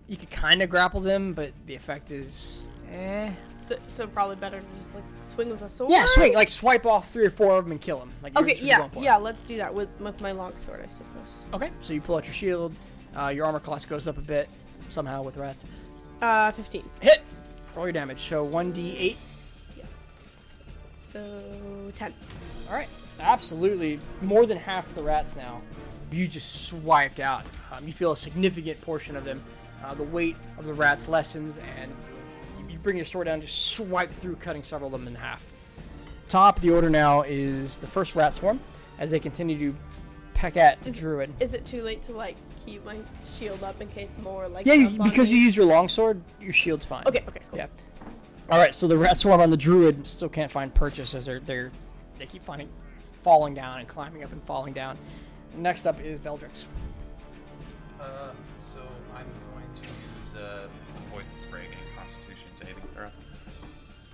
You can kind of grapple them, but the effect is eh. So, so probably better to just like swing with a sword. Yeah, swing like swipe off three or four of them and kill them. Like Okay, that's what you're yeah, going for. yeah. Let's do that with with my longsword, I suppose. Okay, so you pull out your shield. Uh, your armor class goes up a bit somehow with rats. Uh, fifteen. Hit. Roll your damage. So one d eight. Yes. So ten. All right, absolutely. More than half the rats now, you just swiped out. Um, you feel a significant portion of them. Uh, the weight of the rats lessens, and you, you bring your sword down, just swipe through, cutting several of them in half. Top of the order now is the first rat swarm, as they continue to peck at Is- Druid. Is it too late to like keep my shield up in case more like? yeah, you, jump on because me? you use your longsword, your shield's fine. Okay. Okay. Cool. Yeah. All right, so the rat swarm on the druid still can't find purchases. They're they're they keep finding falling down and climbing up and falling down. Next up is Veldrix. Uh, so I'm going to use uh, poison spray again. Constitution saving throw.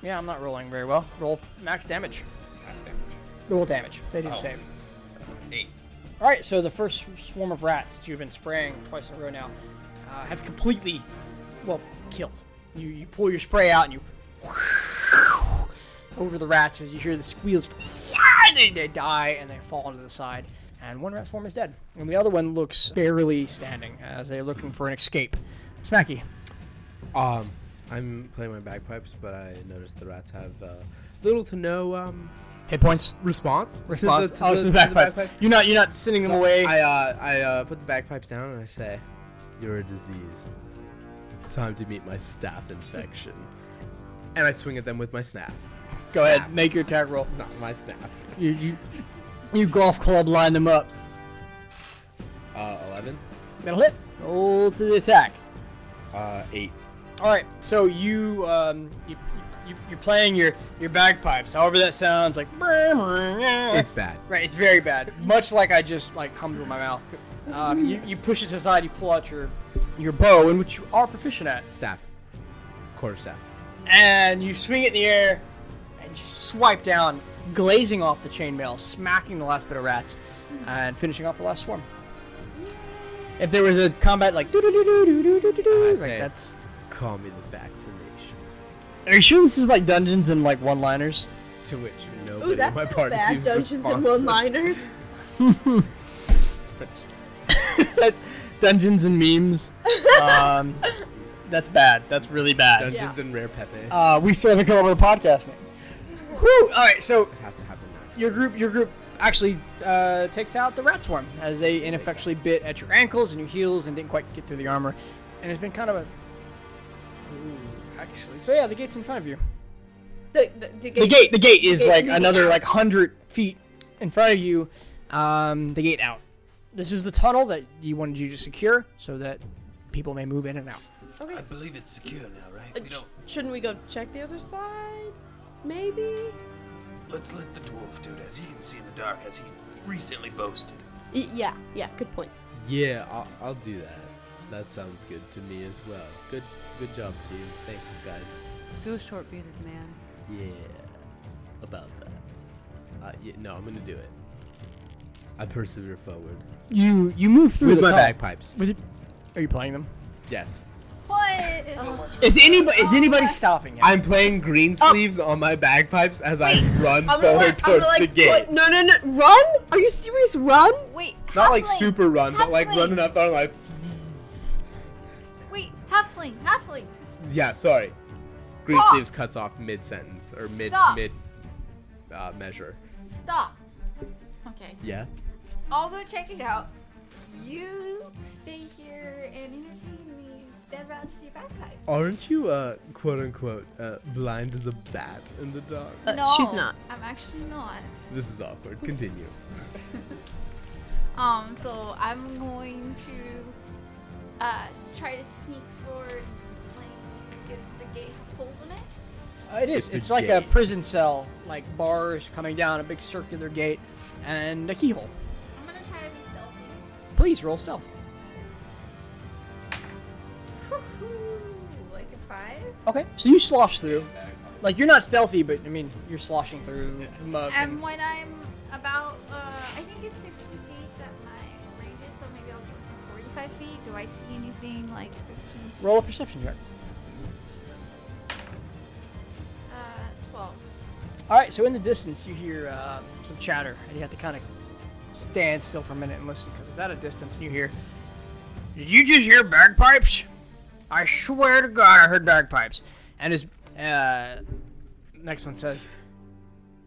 Yeah, I'm not rolling very well. Roll max damage. Max damage. Roll damage. They didn't Oh. save. Eight. All right, so the first swarm of rats that you've been spraying twice in a row now uh, have completely, well, killed. You you pull your spray out and you over the rats as you hear the squeals. They, they die and they fall onto the side, and one rat swarm is dead, and the other one looks barely standing as they're looking for an escape. Smacky. Um, I'm playing my bagpipes, but I noticed the rats have uh, little to no um Hit points. response. Response. To the, oh, to it's the, to the the bagpipes. bagpipe. You're not you're not sending So them away. I uh, I uh, put the bagpipes down and I say, "You're a disease. Time to meet my staff infection." And I swing at them with my staff. Go ahead, make your attack roll. Not my staff. You, you you golf club line them up. Uh, eleven. That'll hit. Roll to the attack. Uh, eight. All right, so you um, you, you you're playing your your bagpipes, however that sounds, like It's it's bad. right, it's very bad. Much like I just like hummed with my mouth. Um, you, you push it to the side, you pull out your your bow, in which you are proficient at, Staff. Quarter staff. and you swing it in the air and you swipe down, glazing off the chainmail, smacking the last bit of rats, and finishing off the last swarm. If there was a combat like, I like say- that's Call me the vaccination. Are you sure this is like dungeons and like one-liners? To which nobody Ooh, in that's my not party bad. seems Dungeons and responsive. one-liners. Dungeons and memes. um, that's bad. That's really bad. Dungeons and rare pepes. Uh, we still haven't come up with a podcast name. Whew. All right, so it has to happen naturally. your group, your group actually uh, takes out the rat swarm as they ineffectually bit at your ankles and your heels and didn't quite get through the armor, and it's been kind of a. Ooh, actually, so yeah, the gate's in front of you. The, the, The the gate. gate, the gate is gate like leading another out. like hundred feet in front of you. Um, the gate out. This is the tunnel that you wanted you to secure so that people may move in and out. Okay. I believe it's secure now, right? Uh, we sh- don't. shouldn't we go check the other side? Maybe. Let's let the dwarf do it as he can see in the dark, as he recently boasted. Y- yeah. Yeah. Good point. Yeah, I'll, I'll do that. That sounds good to me as well. Good, good job, team. Thanks, guys. Go short bearded man. Yeah, about that. Uh, yeah, no, I'm gonna do it. I persevere forward You you move through with the my tunnel. bagpipes. With are you playing them? Yes, What? Is anybody is anybody stopping you? I'm playing green sleeves on my bagpipes as I run Oh. I'm gonna, forward like, I'm towards gonna, like, the gate. put- no, no, no. Run? Are you serious? Run? Wait. Not like halfling. super run, but like Halfling. run enough that I'm like, Wait, halfling, halfling. yeah, sorry. Green Stop. sleeves cuts off mid sentence or mid Stop. mid uh, measure. Stop. Okay. Yeah. I'll go check it out. You stay here and entertain these dead rats with your bagpipe. Aren't you, uh, quote unquote, uh, blind as a bat in the dark? Uh, no, she's not. I'm actually not. This is awkward. Continue. Um, so I'm going to uh s- try to sneak forward. Like, is the gate have holes in it? Uh, it is. It's It's, a like a gate. prison cell, like bars coming down, a big circular gate, and a keyhole. I'm gonna try to be stealthy. Please roll stealth. Like a five? Okay. So you slosh through. Like you're not stealthy, but I mean you're sloshing through muck and- And when I'm about, uh, I think it's 60 feet that my range is, so maybe I'll go from 45 feet. Do I see anything like 15 feet? roll a perception check. Uh, 12. All right. So in the distance, you hear uh, some chatter, and you have to kind of stand still for a minute and listen because it's at a distance, and you hear. Did you just hear bagpipes? I swear to God, I heard bagpipes. And his uh, next one says,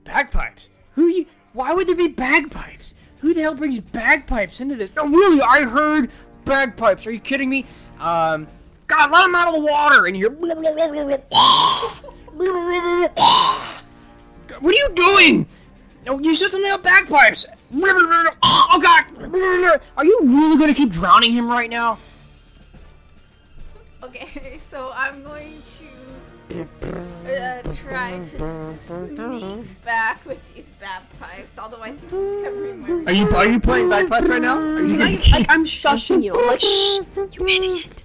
"Bagpipes? Who you? Why would there be bagpipes? Who the hell brings bagpipes into this? No, really, I heard bagpipes. Are you kidding me? Um, God, let them out of the water!" And you hear, "Blah, blah, blah, blah, blah." Blah, blah, blah, blah. God, "What are you doing?" No, you said something about bagpipes. Oh God! Are you really gonna keep drowning him right now? Okay, so I'm going to uh, try to sneak back with these bagpipes, although I think it's covering my range. Are you are you playing bagpipes right now? Are you I, like I'm shushing you. I'm like shh. You idiot.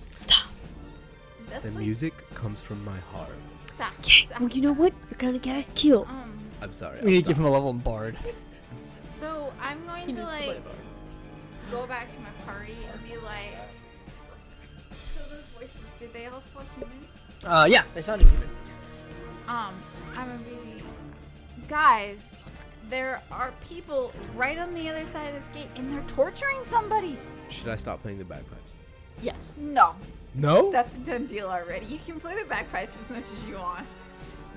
That's The like music comes from my heart. sack, sack. Well, you know what? You're gonna get us killed. Um, I'm sorry. We I'll need to give stop. him a level in bard. So I'm going to like go back to my party and be like, so those voices, did they all sound human? Uh, yeah, they sounded human. Um, I'm gonna be, guys, there are people right on the other side of this gate and they're torturing somebody. Should I stop playing the bagpipes? Yes. No, No? that's a done deal already. You can play the bagpipes as much as you want.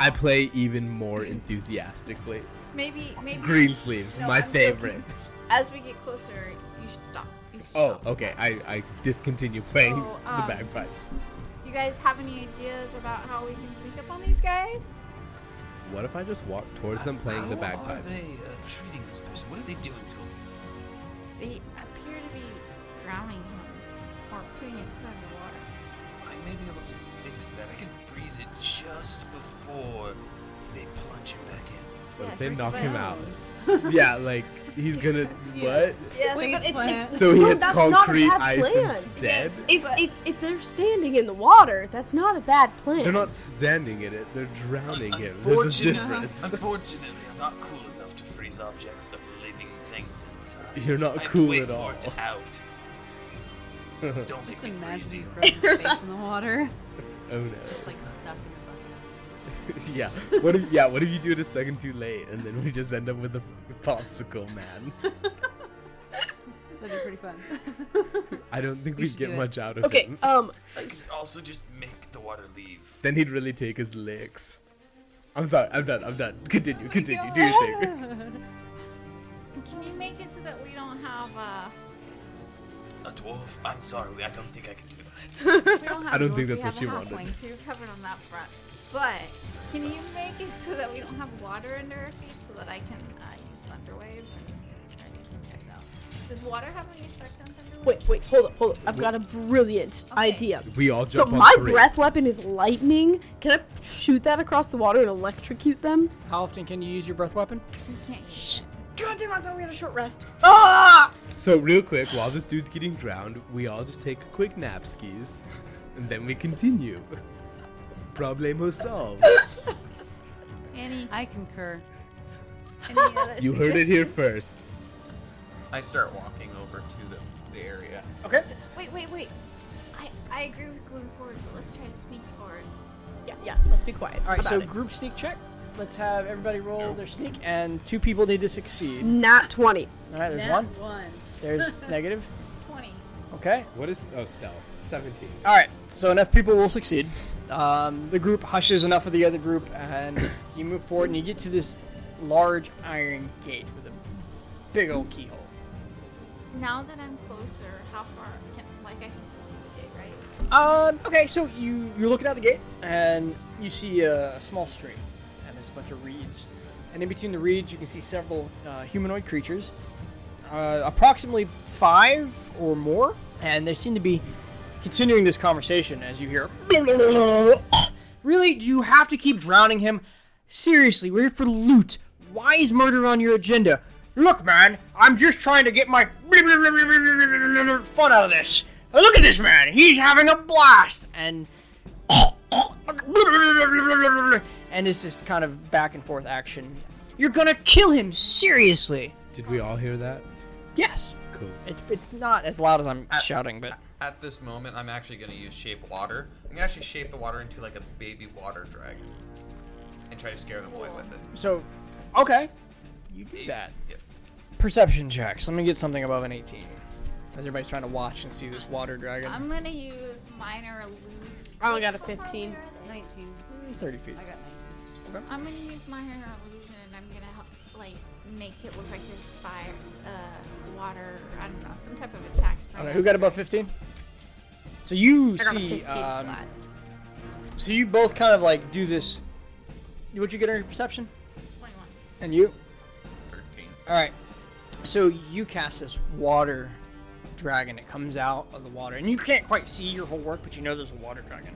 I play even more enthusiastically. Maybe, maybe. Green sleeves, No, my I'm favorite. joking. As we get closer, you should stop. You should Oh, stop. okay. I, I discontinue playing So, um, the bagpipes. You guys have any ideas about how we can sneak up on these guys? What if I just walk towards them playing the How bagpipes? Are they uh, treating this person? What are they doing to him? They appear to be drowning him or putting his head underwater. I may be able to fix that. I can freeze it just before they plunge him back in. What if Yes, they knock but- him out? yeah, like he's gonna what? Yes, Wings but it's plant. So he No, hits that's not a bad concrete ice plan. instead. If, But- if if they're standing in the water, that's not a bad plan. They're not standing in it; they're drowning him. There's a Unfortunately- difference. Unfortunately, I'm not cool enough to freeze objects of living things inside. You're not I have to cool wait at for all. It to out. Don't Just make me freeze imagine you. you frozen face in the water, Oh no! just like stuck in the bucket. yeah. What if yeah? What if you do it a second too late, and then we just end up with a fucking popsicle man? That'd be pretty fun. I don't think We we'd should get do it. much out of okay. him. Um. I could also just make the water leave. Then he'd really take his licks. I'm sorry. I'm done. I'm done. Continue. Continue. Do your thing. Can you make it so that we don't have uh, A dwarf? I'm sorry, I don't think I can do that. we don't have I don't dwarf, think we that's what have a she wanted. halfling, So you're covered on that front. But can you make it so that we don't have water under our feet so that I can uh, use thunderwave and try to get these guys out? Does water have any effect on thunderwave? Wait. Wait. Hold up. Hold up. I've got a brilliant idea. We all So jump on my three. breath weapon is lightning. Can I shoot that across the water and electrocute them? How often can you use your breath weapon? We can't use God damn! I thought we had a short rest. Ah! So real quick, while this dude's getting drowned, we all just take a quick nap skis, and then we continue. Problemo solved. any I concur. any other. You heard it here first. I start walking over to the, the area. Okay. Wait, wait, wait. I, I agree with going forward, but let's try to sneak forward. Yeah. Yeah. Let's be quiet. All right. So it. group sneak check. Let's have everybody roll their sneak, and two people need to succeed. Nat twenty. All right. There's Nat one. One. There's negative. 20. Okay. What is oh stealth? Seventeen. All right. So enough people will succeed. Um, the group hushes enough of the other group, and you move forward, and you get to this large iron gate with a big old keyhole. Now that I'm closer, how far can like I can see through the gate, right? Um, okay, so you you're looking out the gate and you see a, a small stream, and there's a bunch of reeds, and in between the reeds you can see several uh, humanoid creatures, uh, approximately five or more, and they seem to be continuing this conversation as you hear. really, do you have to keep drowning him? Seriously, we're here for loot. Why is murder on your agenda? Look, man, I'm just trying to get my fun out of this. Look at this man, he's having a blast! And. And it's just kind of back and forth action. You're gonna kill him, seriously! Did we all hear that? Yes! Cool. It's, it's not as loud as I'm shouting, but. At this moment, I'm actually going to use shape water. I'm going to actually shape the water into like a baby water dragon and try to scare them away with it. So, okay. You do that. Yep. Perception checks. Let me get something above an 18. As everybody's trying to watch and see this water dragon. I'm gonna use minor illusion. I only got a 15. 19. 30 feet. I got 19. I'm gonna use minor illusion, and I'm gonna help, like make it look like there's fire, uh, water. I don't know, some type of attack spell. Okay, who got above 15? So you I got a see, 15 um, flat. so you both kind of like do this. What'd you get on your perception? 21. And you? 13. All right. So you cast this water dragon. It comes out of the water, and you can't quite see your whole work, but you know there's a water dragon.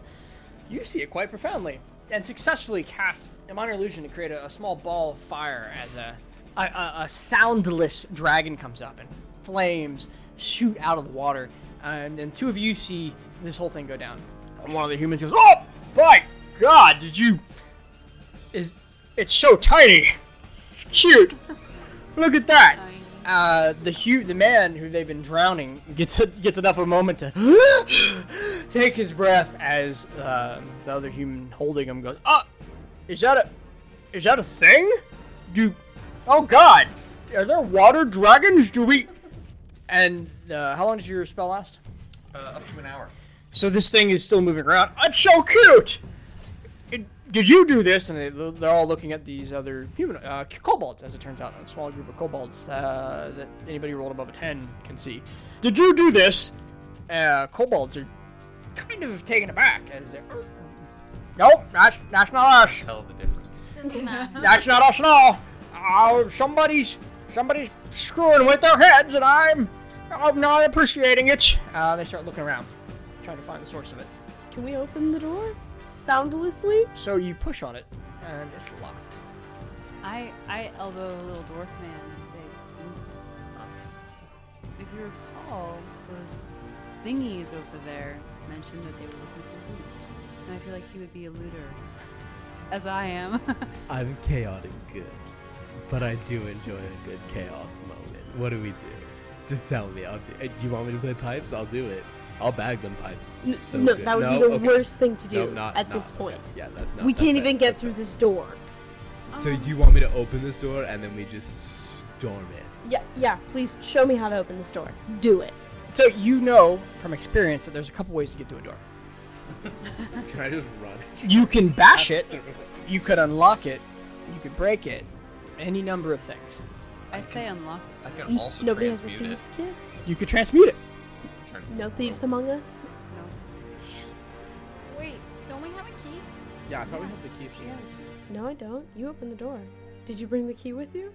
You see it quite profoundly, and successfully cast a minor illusion to create a, a small ball of fire as a a, a a soundless dragon comes up, and flames shoot out of the water, and then two of you see this whole thing go down. And one of the humans goes, "Oh my God! Did you? Is it's so tiny? It's cute." Look at that. Uh, the hu- the man who they've been drowning gets gets enough of a moment to take his breath as um, the other human holding him goes, "Ah, is that a is that a thing? Do oh god, are there water dragons? Do we?" And uh, how long does your spell last? Uh, up to an hour. So this thing is still moving around. It's so cute. It- did you do this? And they, they're all looking at these other human uh, kobolds, as it turns out, a small group of kobolds uh, that anybody rolled above a ten can see. Did you do this? Uh, kobolds are kind of taken aback as they're. Nope, that's that's not us. Tell the difference. Does not- That's not us at all. Oh, somebody's somebody's screwing with their heads, and I'm I'm not appreciating it. Uh, they start looking around, trying to find the source of it. Can we open the door soundlessly? So you push on it, and it's locked. I, I elbow a little dwarf man and say, "Loot." If you recall, those thingies over there mentioned that they were looking for loot. And I feel like he would be a looter, as I am. I'm chaotic good, but I do enjoy a good chaos moment. What do we do? Just tell me. I'll do. eh, Do you want me to play pipes? I'll do it. I'll bag them pipes. N- so no, good. that would No? be the Okay. worst thing to do No, not- at not- this okay. point. Yeah, that, no, we that's can't fair. even get That's through fair. this door. So do you want me to open this door and then we just storm it? Yeah, yeah. Please show me how to open this door. Do it. So you know from experience that there's a couple ways to get to a door. Can I just run? You can bash it, you could unlock it, you could break it, any number of things. I say unlock. I can also Nobody has a transmute it. thieves kit. You could transmute it. Turn it No to- thieves among us. No. Wait, don't we have a key? Yeah, I thought we had the key. No, I don't. You open the door. Did you bring the key with you?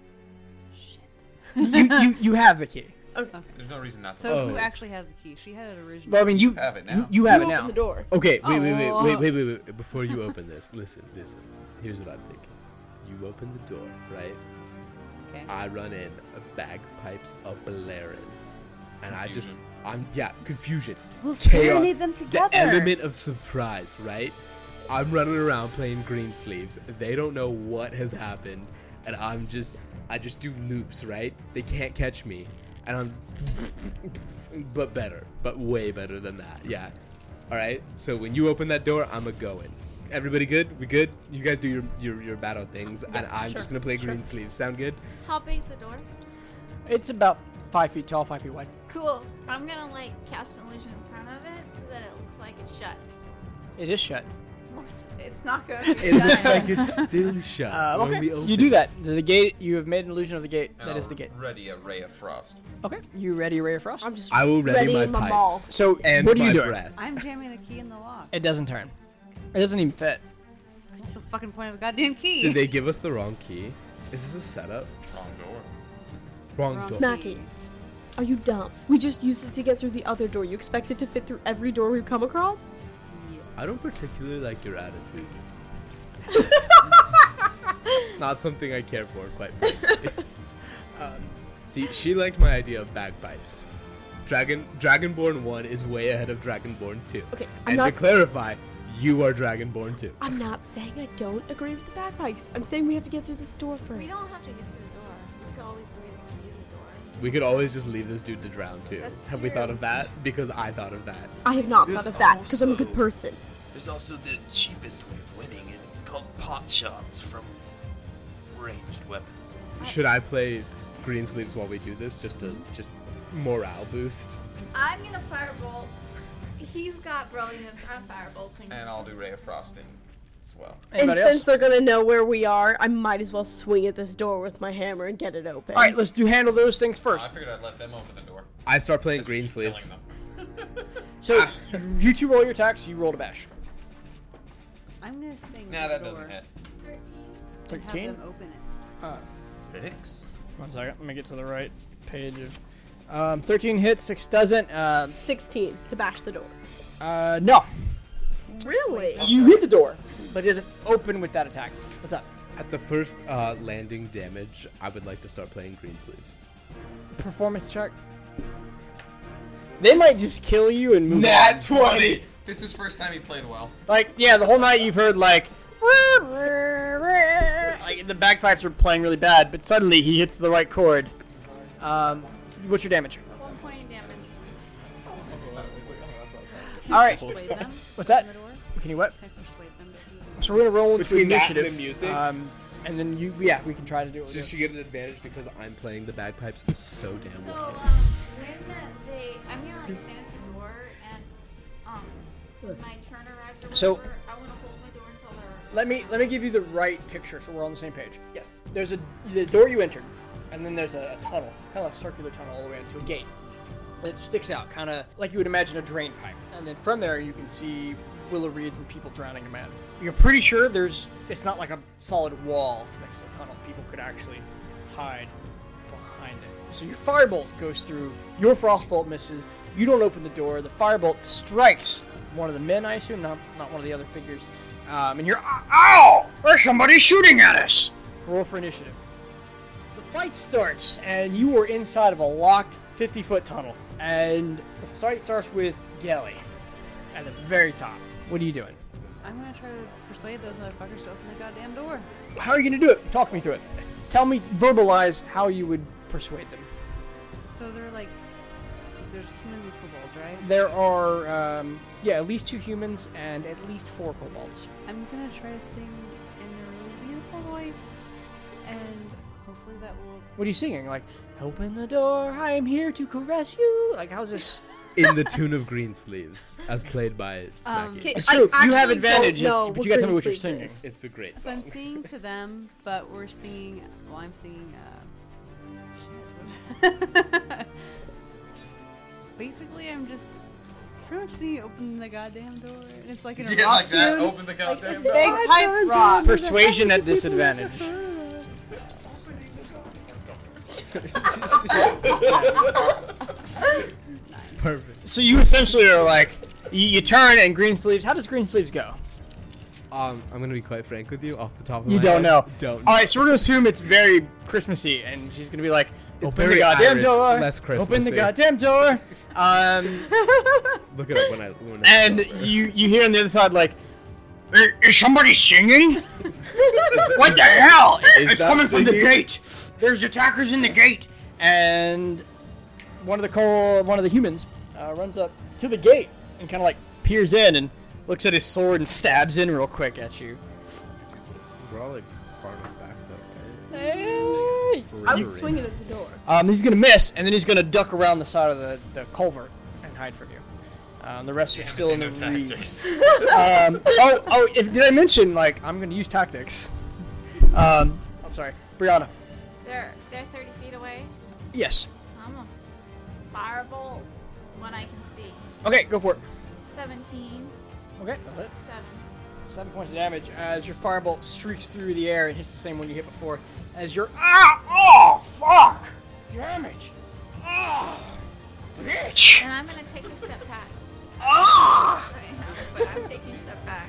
You, you, you have the key. There's no reason not to. So who Oh. actually has the key? She had it originally. Well, I mean, you Have it now. You, you have you it open now. the door. Okay, wait, wait, wait, Oh. wait, wait, wait, wait. Before you open this, listen, listen. Here's what I'm thinking. You open the door, right? Okay. I run in, bagpipes a blaring, and I just, Confusion. I'm yeah, confusion. We'll chaos. serenade them together. The element of surprise, right? I'm running around playing green sleeves. They don't know what has happened, and I'm just, I just do loops, right? They can't catch me, and I'm, but better, but way better than that. Yeah. All right. So when you open that door, I'm a going. Everybody good? We good? You guys do your your, your battle things, and I'm just gonna play green sleeves. Sound good? How big's the door? It's about five feet tall, five feet wide. Cool. I'm gonna like cast an illusion in front of it so that it looks like it's shut. It is shut. It's not going to be It looks done. like it's still shut. Uh, when okay. we open You do it. that. The gate. You have made an illusion of the gate. And that is I'll the gate. Ready a ray of frost. Okay. You ready, Ray of Frost? I'm just I will ready, ready my in my pipes. ball. So, and what are you my doing? breath. I'm jamming the key in the lock. It doesn't turn. It doesn't even fit. What's the fucking point of a goddamn key? Did they give us the wrong key? Is this a setup? Wrong door. Wrong Wrong door. key. Smacky, are you dumb? We just used it to get through the other door. You expect it to fit through every door we come across? I don't particularly like your attitude. Not something I care for, quite frankly. um, see, she liked my idea of bagpipes. Dragon Dragonborn One is way ahead of Dragonborn Two. Okay, I'm and not- to clarify, you are Dragonborn Two. I'm not saying I don't agree with the bagpipes. I'm saying we have to get through this door first. We don't have to get through the door. We could always leave the key to the door. We could always just leave this dude to drown too. That's Have we true. thought of that? Because I thought of that. I have not There's thought of that because I'm a good also- person. There's also the cheapest way of winning, and it's called pot shots from ranged weapons. Should I play Green Sleeves while we do this, just to just morale boost? I'm going to firebolt. He's got brilliance. I'm firebolting. And I'll do ray of frost in as well. And Anybody since else? they're gonna know where we are, I might as well swing at this door with my hammer and get it open. All right, let's do handle those things I first. figured I'd let them open the door. I start playing Just Green keep Sleeves. killing them. So you two roll your attacks. You roll a bash. I'm gonna sing. Nah, the that door doesn't hit. and Have them Thirteen. open it. Six. One second. Let me get to the right page. Of, um, Thirteen hits. Six doesn't. Uh, 16 to bash the door. uh, no. Really? You hit the door, but it doesn't open with that attack. What's up? At the first uh, landing damage, I would like to start playing Green Sleeves. Performance check. They might just kill you and move. on. Nat 20! This is his first time he played well. Like, yeah, the whole night you've heard like, like the bagpipes are playing really bad, but suddenly he hits the right chord. Um, what's your damage? One point of damage. All right, Persuade them. what's that? Open the door. Can you what? Can I persuade them to do So we're gonna roll into Between that and initiative. the music? Um, and then you, yeah, we can try to do it. Just With to get an advantage because I'm playing the bagpipes so damn So, um, well. when the, they, I'm gonna like stand at the door and, um, when my turn arrives or whatever, So- I wanna hold my door until they're. let me let me give you the right picture, so we're on the same page. Yes. There's a the door you entered, and then there's a, a tunnel, kind of a circular tunnel all the way into a gate. It sticks out, kind of like you would imagine a drain pipe. And then from there, you can see willow reeds and people drowning in men. You're pretty sure there's. It's not like a solid wall next to the tunnel. People could actually hide behind it. So your firebolt goes through. Your frostbolt misses. You don't open the door. The firebolt strikes one of the men, I assume, not not one of the other figures. Um, and you're. Ow! There's somebody shooting at us. Roll for initiative. The fight starts, and you are inside of a locked 50 foot tunnel. And the fight starts with Gelly at the very top. What are you doing? it? I'm gonna try to persuade those motherfuckers to open the goddamn door. How are you going to do it? Talk me through it. Tell me, verbalize how you would persuade them. So they're like, there's humans and kobolds, right? There are, um, yeah, at least two humans and at least four kobolds. I'm gonna try to sing in a really beautiful voice, and hopefully that will. What are you singing? Like, open the door, I am here to caress you. Like, how's this? In the tune of Green Sleeves, as played by Smacky. It's true. I you have actually advantage, don't know if, but what you got to tell me Green what you're Sleeves singing. is. it's a great So I'm song. singing to them, but we're singing. Well, I'm singing. Uh, shit. Basically, I'm just pretty much singing "Open the Goddamn Door." and It's like in a Yeah, rock like that. tune. Open the goddamn Big door. Oh pipe rock. Persuasion at disadvantage. Perfect. So you essentially are like, you, you turn and green sleeves. How does green sleeves go? Um, I'm gonna be quite frank with you, off the top of You my head, don't know. Don't. All right, so we're gonna assume it's very Christmassy, and she's gonna be like, It's "Open the very goddamn Irish, door! less Open the Christmassy." goddamn door!" Um, Look it up when I. When it's and over. you you hear on the other side like, "I- "Is somebody singing? what the hell? Is it's that coming from the singing? gate. There's attackers in the gate!" And one of the coal, one of the humans, uh, runs up to the gate and kind of like peers in and looks at his sword and stabs in real quick at you. We're all like far enough back though. I was swinging at the door. Um, he's gonna miss, and then he's gonna duck around the side of the, the culvert and hide from you. Um, the rest are still in no the reeds. tactics. um, oh, oh! If, did I mention like I'm gonna use tactics? Um, I'm sorry, Brianna. They're they're 30 feet away. Yes. I'm a firebolt when I can see. Okay, go for it. 17, Okay, that'll hit. 7. Seven points of damage as your firebolt streaks through the air and hits the same one you hit before. As your ah oh fuck damage ah bitch And I'm gonna take a step back. ah. I have, but I'm taking a step back.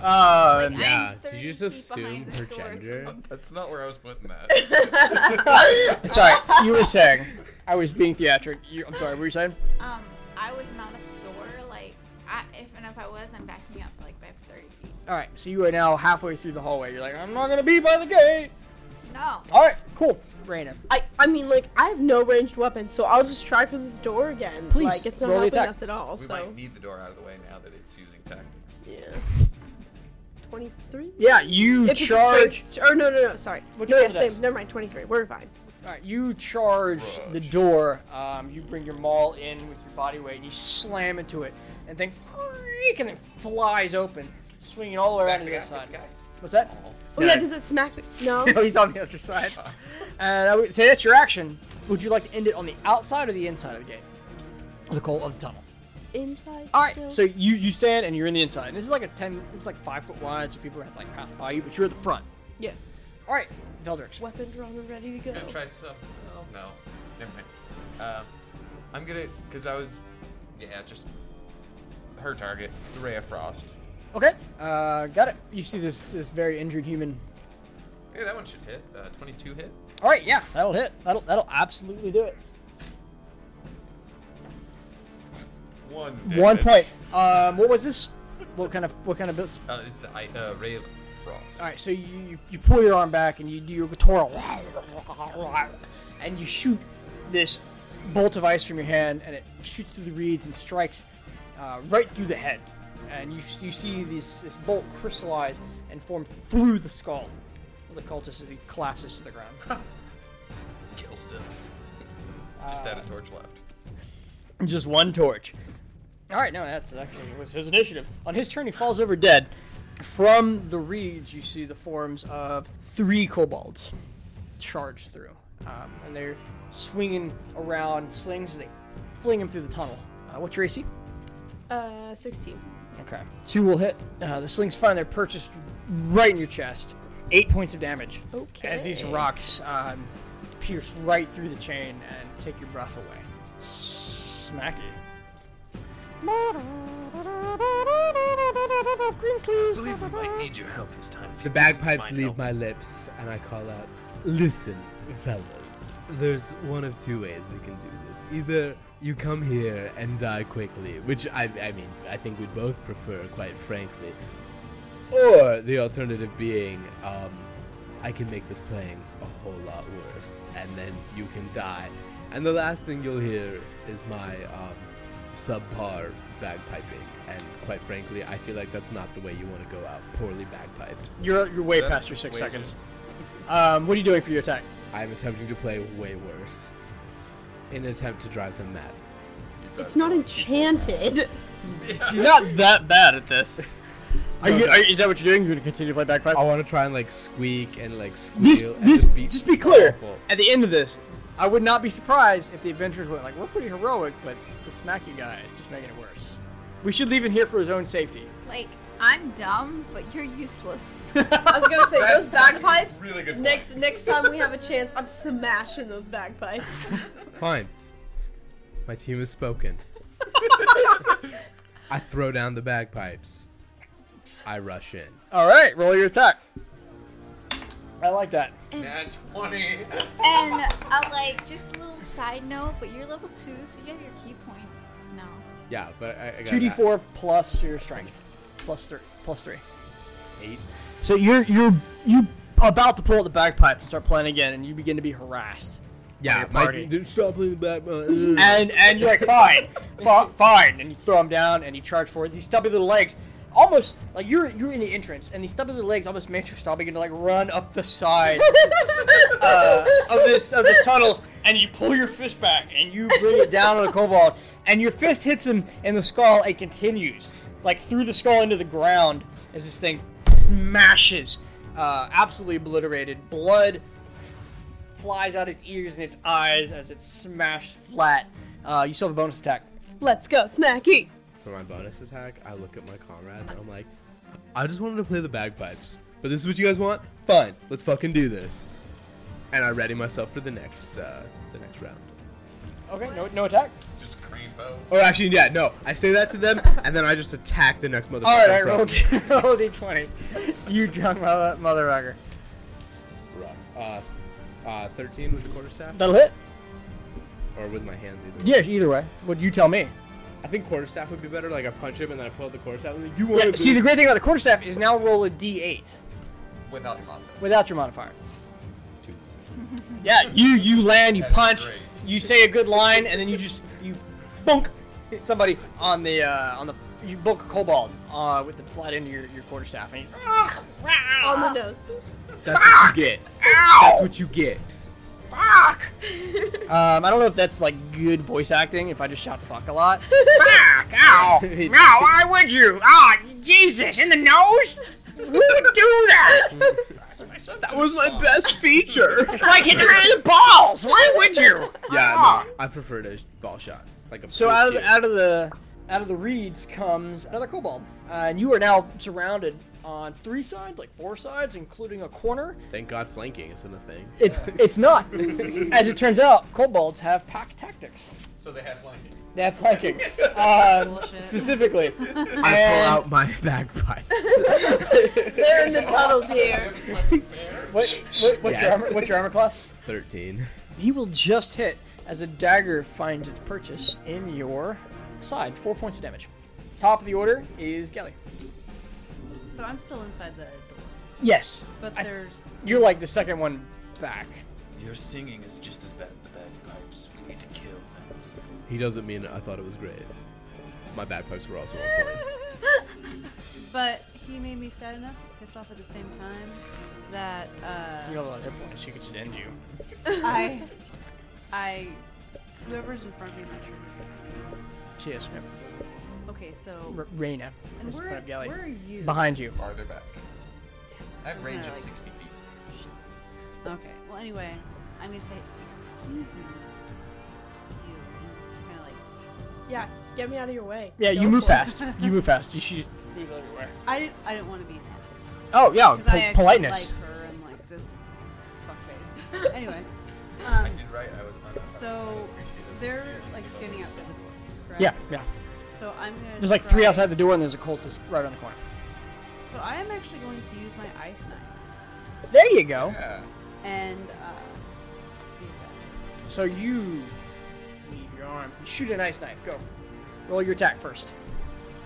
Uh, I'm Yeah, did 30 you just feet behind assume this her door. gender? That's not where I was putting that. sorry, you were saying I was being theatric. You, I'm sorry, what were you saying? Um, I was not at the door. Like, I, if and if I was, I'm backing up like by 30 feet. All right, so you are now halfway through the hallway. You're like, I'm not gonna be by the gate. No. All right, cool, Raina. I, I mean, like, I have no ranged weapons, so I'll just try for this door again. Please, like, it's not roll the helping attack. us at all. We so might need the door out of the way now that it's using tactics. yeah, twenty-three. Yeah, you If it's a charge. straight- Or no, no, no. Sorry. Which no, one yeah, is same. this? Never mind. Twenty-three. We're fine. All right, you charge the door. Um, you bring your maul in with your body weight, and you slam into it, and then creak, and then flies open, swinging all the way around to the other side. What's that? Oh yeah, does it smack? The, no. Oh, he's on the other side. And I would say that's your action. Would you like to end it on the outside or the inside of the gate? The coal of the tunnel. Inside. All right. still? So you you stand and you're in the inside. And this is like a ten. It's like five foot wide, so people have to like pass by you, but you're at the front. yeah. All right, Veldrix. Weapon drawn and ready to go. I'm gonna try some. Oh, no. Never mind. Um, I'm gonna. Because I was. Yeah, just. Her target, the Ray of Frost. Okay. Uh, got it. You see this this very injured human. Yeah, that one should hit. Uh, 22 hit. All right. Yeah, that'll hit. That'll that'll absolutely do it. One. One point. damage. Um, what was this? What kind of what kind of build? Uh, it's the I- uh, Ray of Frost. All right, so you, you, you pull your arm back and you do your guitar, and you shoot this bolt of ice from your hand, and it shoots through the reeds and strikes uh, right through the head. And you, you see this, this bolt crystallize and form through the skull of the cultist as he collapses to the ground. Kill still. Just add a torch left. Just one torch. All right, no, that's actually it was his initiative. On his turn, he falls over dead. From the reeds, you see the forms of three kobolds charge through, um, and they're swinging around slings as they fling him through the tunnel. Uh, what's your AC? Uh, sixteen. Okay, two will hit. Uh, the slings find their purchase right in your chest. Eight points of damage. Okay. As these rocks um, pierce right through the chain and take your breath away. Smacky. I believe we might need your help this time. The bagpipes leave help. my lips, and I call out, Listen, fellas, there's one of two ways we can do this. Either you come here and die quickly, which I, I mean, I think we'd both prefer, quite frankly, or the alternative being, um, I can make this playing a whole lot worse, and then you can die. And the last thing you'll hear is my um, subpar bagpiping, and quite frankly, I feel like that's not the way you want to go out, poorly bagpiped. You're you're way That past your six weighs seconds. Um, what are you doing for your attack? I'm attempting to play way worse in an attempt to drive them mad. It's not enchanted. You're not that bad at this. Are you? Are, is that what you're doing? You're gonna continue to play bagpipes? I want to try and like squeak and like squeal. this, and this, just be, just be clear. awful. At the end of this, I would not be surprised if the adventurers went like, "We're pretty heroic, but the smacky guy is just making it worse." We should leave him here for his own safety. Like, I'm dumb, but you're useless. I was gonna say those bagpipes. really good point. Next next time we have a chance, I'm smashing those bagpipes. Fine. My team has spoken. I throw down the bagpipes. I rush in. All right, roll your attack. I like that. Nat 20. And uh, like, just a little side note, but you're level two, so you have your key points now. Yeah, but I, I got Two d four plus your strength, plus three, plus three. eight. So you're you're you about to pull out the bagpipes and start playing again, and you begin to be harassed. Yeah, Your my party. dude, stop playing the bagpipe. and and you're like, fine, fi- fine, and you throw him down and you charge forward. These stubby little legs almost like you're you're in the entrance, and these stub of the legs almost makes her stop begin to like run up the side uh, of this of this tunnel, and you pull your fist back and you bring it down on the kobold, and your fist hits him in the skull and continues like through the skull into the ground as this thing smashes, uh, absolutely obliterated. Blood flies out its ears and its eyes as it's smashed flat. Uh, you still have a bonus attack. Let's go, Smacky. For my bonus attack, I look at my comrades and I'm like, I just wanted to play the bagpipes, but this is what you guys want? Fine, let's fucking do this. And I ready myself for the next, uh, the next round. Okay, no no attack. Just cream bows. Or Oh, actually, yeah, no. I say that to them, and then I just attack the next motherfucker. All right, I in front rolled of me. rolled a twenty. You drunk mother motherfucker. Rough. Uh, uh, 13 with the quarterstaff, That'll hit. or with my hands either. Yeah, either way. Would you tell me? I think quarterstaff would be better. Like I punch him and then I pull out the quarterstaff. And like, you Yeah, want see, the great thing about the quarterstaff is now roll a d8 Without your modifier. without your modifier. Two. Yeah, you you land, you That is punch, great. you say a good line, and then you just you bunk hit somebody on the uh, on the you bunk a kobold uh, with the flat end of your, your quarterstaff, and you, "Ah, On the nose. That's what you get. That's what you get. um, I don't know if that's like good voice acting if I just shout fuck a lot. Ow! Ow, why would you? Ah, Jesus, in the nose? Who would do that? That was my best feature. It's like hitting me in the balls. Why would you? yeah, no, I prefer to ball shot. Like a So pure out of, kid. the, out of the out of the reeds comes another kobold, uh, and you are now surrounded on three sides, like four sides, including a corner. Thank God flanking isn't a thing. It's it's not. As it turns out, kobolds have pack tactics. So they have flanking. They have flankings, um, Bullshit. specifically. I pull And- out my bagpipes. They're in the tunnel, dear. What, what, what's, your Yes. armor, what's your armor class? Thirteen. He will just hit as a dagger finds its purchase in your side. Four points of damage. Top of the order is Gelly. So I'm still inside the door, Yes, but there's you're like the second one back. Your singing is just as bad as the bagpipes. We need to kill things. He doesn't mean I thought it was great. My bagpipes were also on point. But he made me sad enough, pissed off at the same time, that You uh, have a lot of hit points. He could just end you. I, I, whoever's in front of me, I'm not sure who's in front of me. She is. Yep. Okay, so R- Raina. and Where's where, the front of Gally? where are you? Behind you. Farther back. I have range of Like- 60 feet. Okay. Well, anyway, I'm gonna say, excuse me, you, and kind of like Yeah, get me out of your way. Yeah, you Go move for it. fast. You move fast. You should move everywhere. I didn't, I didn't want to be nasty Oh yeah, because pol- I actually politeness. like her and like this fuckface. anyway, um, I did right. I was on so they're like standing outside the door, correct? yeah, yeah. So I'm gonna. There's like three try- outside the door, and there's a cultist right on the corner. So I am actually going to use my ice knife There you go. Yeah. and uh, see if that So you leave your arm. Shoot a nice knife. Go. Roll your attack first.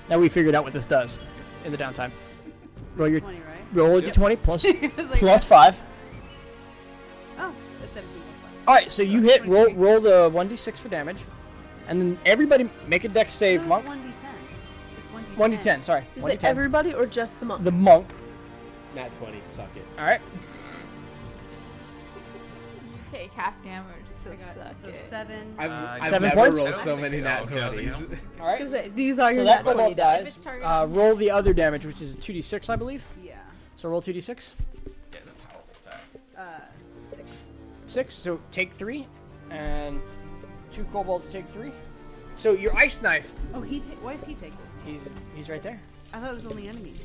Now we figured out what this does in the downtime. Roll your hits. twenty, right? roll your twenty plus It was like- plus five. Oh, it's seventeen plus five. All right, so you hit roll 23. roll the one d six for damage, and then everybody make a dex save, monk. One d ten. It's one d ten. One d ten. Sorry. Is 1d10. it everybody or just the monk? the monk. Nat twenty, suck it. All right. Take half damage, so I got- suck so it. seven. I've, Uh, I've Seven never points? rolled so many nat Okay, I was like, twenties. no. All right. Because These are So your that nat kobold 20 dice. dies. targeted Uh, roll the other damage, which is 2d6, I believe. Yeah. So roll 2d6. Yeah, that's a powerful attack. Uh, six. 6, so take 3. And two kobolds take 3. So your ice knife, Oh, he. Ta- why is he taking? he's he's right there. I thought it was only enemies.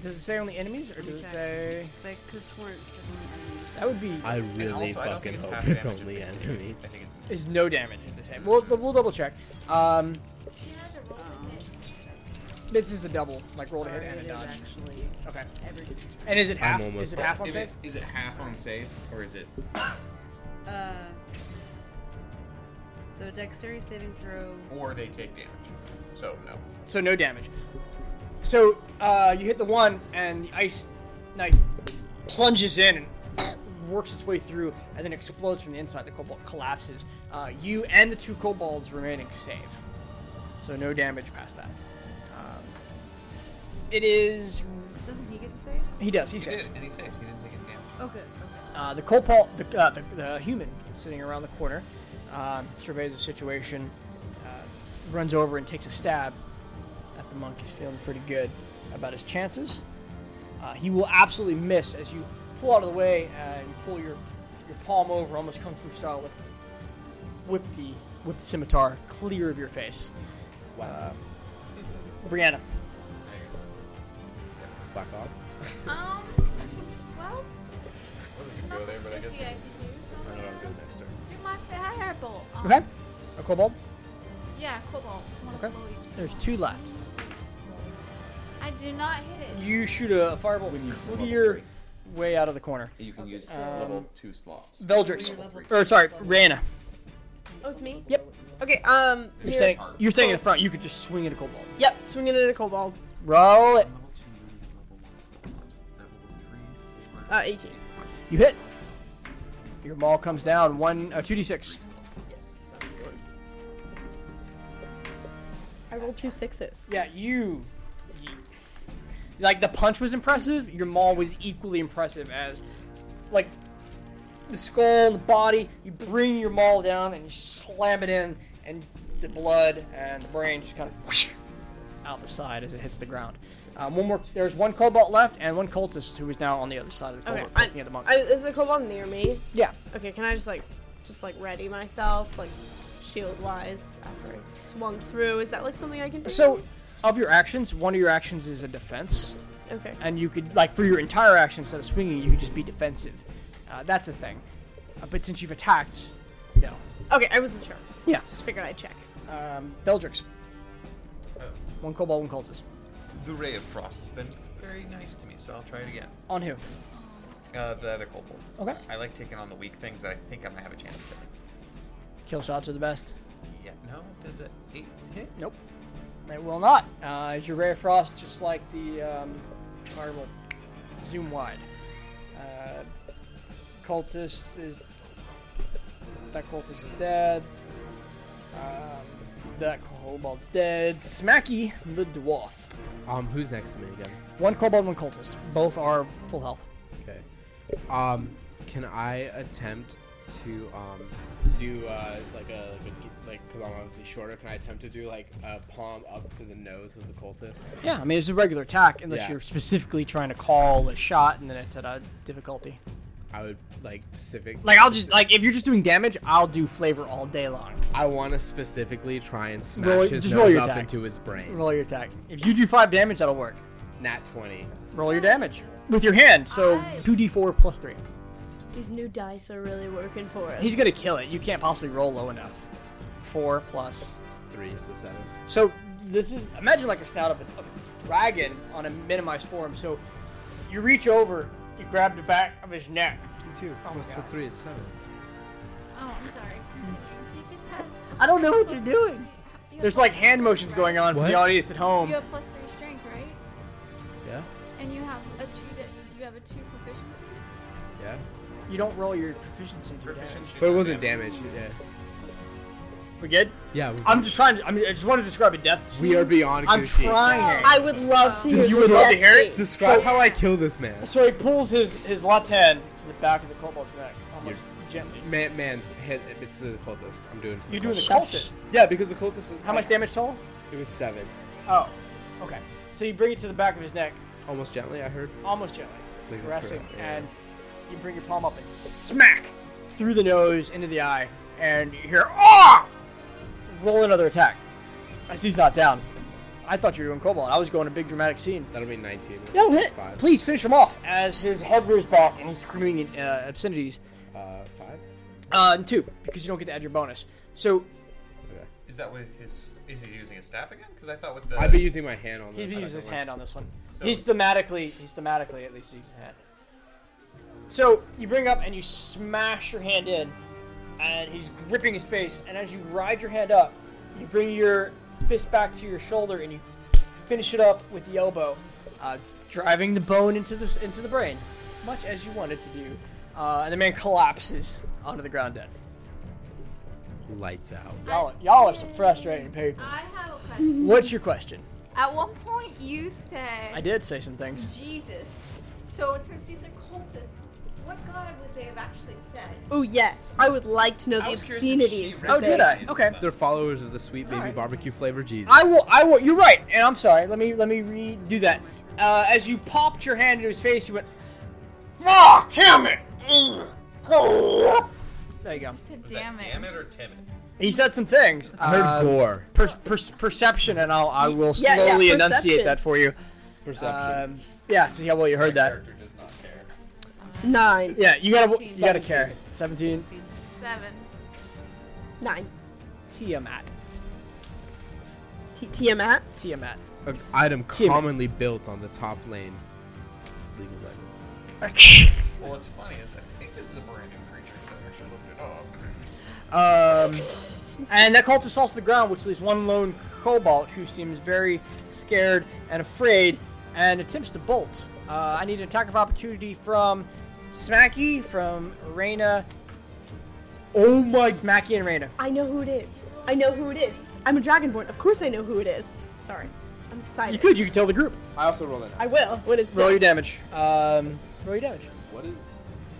Does it say only enemies, or does it check. say. 'Cause I could have sworn it says only enemies. That would be. I And really also, I don't think fucking it's hope half it's damage if only it's- enemy. I think it's Is no damage if they say. We'll, we'll double check. Um, You had to roll Um, with it. this is a double, like roll to hit Sorry, and a it is dodge. actually Okay. every. And is it half? Is almost it half on Is save? it, is it half on saves or is it? Uh. So dexterity saving throw. Or they take damage. So no. So no damage. So uh, you hit the one, and the ice knife plunges in and works its way through, and then explodes from the inside. The cobalt collapses. Uh, you and the two kobolds remaining save. So no damage past that. Um, It is. Doesn't he get to save? He does. He He did, said. and he saved. He didn't take any damage. Oh, good. Okay. Uh, the copal, the, uh, the, the human sitting around the corner, um, surveys the situation, uh, runs over and takes a stab at the monk. He's feeling pretty good about his chances. Uh, he will absolutely miss as you pull out of the way and you pull your, your palm over, almost kung fu style, whip, whip the whip the scimitar clear of your face. Uh, Brianna, Back off. Um, well, I was gonna go nothing's there, but I guess iffy. I I can do don't something. know. I'm good next turn. Do my fireball. Um, okay, a kobold. Yeah, cobalt. One Okay. blow each. There's two left. I do not hit it. You shoot a fireball When you come up with clear three. way out of the corner. You can use Um, level two slots. Veldrix. Level three. Or sorry, Rana. Oh, it's me. Yep. Okay. Um. You're You're here's- staying. Yes. You're staying in front. You could just swing at a cobalt. Yep. Swinging at a kobold. Roll it. Level two, level one slots. Level three, four, Uh, 18. You hit. Your maul comes down. One, uh, two d six. I rolled two sixes. Yeah, you, you- Like the punch was impressive. Your maul was equally impressive as, like, the skull and the body. You bring your maul down and you slam it in, and the blood and the brain just kind of whoosh out the side as it hits the ground. Um, one more. There's one cobalt left and one cultist who is now on the other side of the Okay. cobalt, I, looking at the monk. I, is the kobold near me? yeah. Okay. Can I just like, just like ready myself, like shield wise after I swung through? Is that like something I can do? So, of your actions, one of your actions is a defense, Okay. and you could like for your entire action instead of swinging, you could just be defensive. Uh, that's a thing. Uh, but since you've attacked, no. Okay. I wasn't sure. Yeah. Just figured I'd check. Um, Beldrix. One cobalt, one cultist. The ray of frost has been very nice to me, so I'll try it again. On who? Uh, the other kobold. Okay. I like taking on the weak things that I think I might have a chance of killing. Kill shots are the best. Yeah. No. Does it eight hit? Nope. They will not. Uh, is your ray of frost just like the um, fire will zoom wide? Uh, cultist is that cultist is dead. Um, that kobold's dead. Smacky the dwarf. Um, who's next to me again? One kobold, one cultist. Both are full health. Okay. Um, can I attempt to um do uh like a like a d- like because I'm obviously shorter? Can I attempt to do like a palm up to the nose of the cultist? Yeah, I mean it's a regular attack unless Yeah. you're specifically trying to call a shot, and then it's at a difficulty. I would like specific. Like I'll just like if you're just doing damage, I'll do flavor all day long. I want to specifically try and smash Roll- his just roll nose your up attack. into his brain. Roll your attack. If you do five damage, that'll work. Nat twenty. Roll your damage with your hand. So two d four plus three. These new dice are really working for us. He's gonna kill it. You can't possibly roll low enough. Four plus. Three is the seven. So this is imagine like a snout of a, of a dragon on a minimized form. So you reach over, you grab the back of his neck. Two. Almost Oh God. three is seven. Oh, I'm sorry. He just has. I don't know what you're doing. You have There's plus like three hand strength, motions going right? on for What? the audience at home. You have plus three strength, right? Yeah. And you have a two. di- you have a two proficiency. Yeah. You don't roll your proficiency. into your damage. Proficiency But it for wasn't damage. damage. Yeah. We good? Yeah. we- I'm just trying to. I, mean, I just want to describe a death scene. we are beyond. I'm Gucci. trying. I would love to hear Just the would love death to hear it? scene. Describe how I kill this man. so he pulls his his left hand to the back of the kobold's neck, almost gently. Man, man's head. It's the cultist. I'm doing. To the You're doing the cultist. cultist. Yeah, because the cultist is. How much damage total? It was seven. Oh, okay. So you bring it to the back of his neck, Almost gently, I heard. almost gently, Leave it caressing, correct, yeah. and you bring your palm up and smack through the nose into the eye, and you hear ah. Roll another attack. I see he's not down. I thought you were doing kobold. I was going a big dramatic scene. That'll be 19. No, which is hit. Five. Please finish him off as his head rears back and he's screaming in, uh, obscenities. Uh, five. Uh, and two, because you don't get to add your bonus. So Okay. Is that with his? Is he using a staff again? Because I thought with the. I've been using my hand on he this. uses his hand on this one. So- he's thematically, he's thematically at least using hand. So you bring up and you smash your hand in, and he's gripping his face. And as you ride your hand up, you bring your fist back to your shoulder and you finish it up with the elbow, uh, driving the bone into this into the brain, much as you wanted to do. Uh, and the man collapses onto the ground dead. Lights out. Y'all, y'all are some frustrating people. I have a question. What's your question? At one point, you said. I did say some things. Jesus. So since these are cultists, what god would they have actually said? Oh yes, I would like to know the was curious if she obscenities. read Oh, that did they- I? Okay. They're followers of the sweet baby barbecue flavor Jesus. I will. I will. You're right, and I'm sorry. Let me let me redo that. Uh, as you popped your hand into his face, he went, "Ah, damn it!" There you go. You said, damn it. Damn it or Tim it? He said some things. I heard Uh, gore. per, per, perception, and I'll I will Yeah, yeah, slowly enunciate perception. that for you. Perception. Um, yeah. See how well you heard that. Character does not care. Nine. Yeah. You gotta you gotta care. Seventeen. Seven. Nine. Tiamat. T- Tiamat. Tiamat. An item Timid. commonly built on the top lane. League of Legends. Well, what's funny is I think this is a brand new creature because I actually looked it up. Um, and that cultist falls to the ground, which leaves one lone cobalt who seems very scared and afraid and attempts to bolt. Uh, I need an attack of opportunity from Smacky, from Reyna. Oh my! Smacky and Reyna. I know who it is. I know who it is. I'm a dragonborn. Of course I know who it is. Sorry. I'm excited. You could, you could tell the group. I also roll an. I will when it's Roll done. your damage. Um, roll your damage. What is?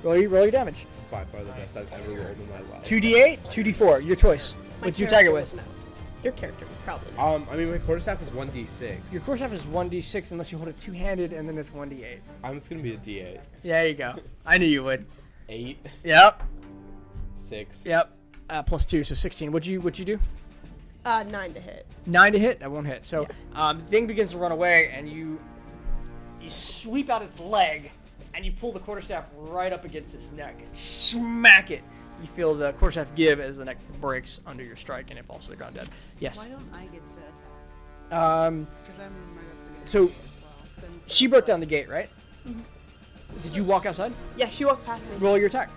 Roll your, roll your damage. It's by far the best I've ever rolled in my life. 2d8, 2d4, your choice. My What do you character tag it with? would know. Your character would probably know. Um, I mean, my quarterstaff is one d six. Your core staff is 1d6 unless you hold it two handed, and then it's 1d8. I'm just gonna be a d eight. There you go. I knew you would. Eight, Yep. six. Yep. Uh, plus two, so sixteen. What'd you What'd you do? Uh, nine to hit. Nine to hit. That won't hit. So um, the thing begins to run away, and you you sweep out its leg, and you pull the quarterstaff right up against its neck. Smack it. You feel the quarterstaff give as the neck breaks under your strike, and it falls to the ground dead. Why Yes. don't I get to attack? Um, Because I'm right up against So, it as well. 'cause I'm she further broke down the gate, right? Did you walk outside? Yeah, she walked past me. Roll your attack.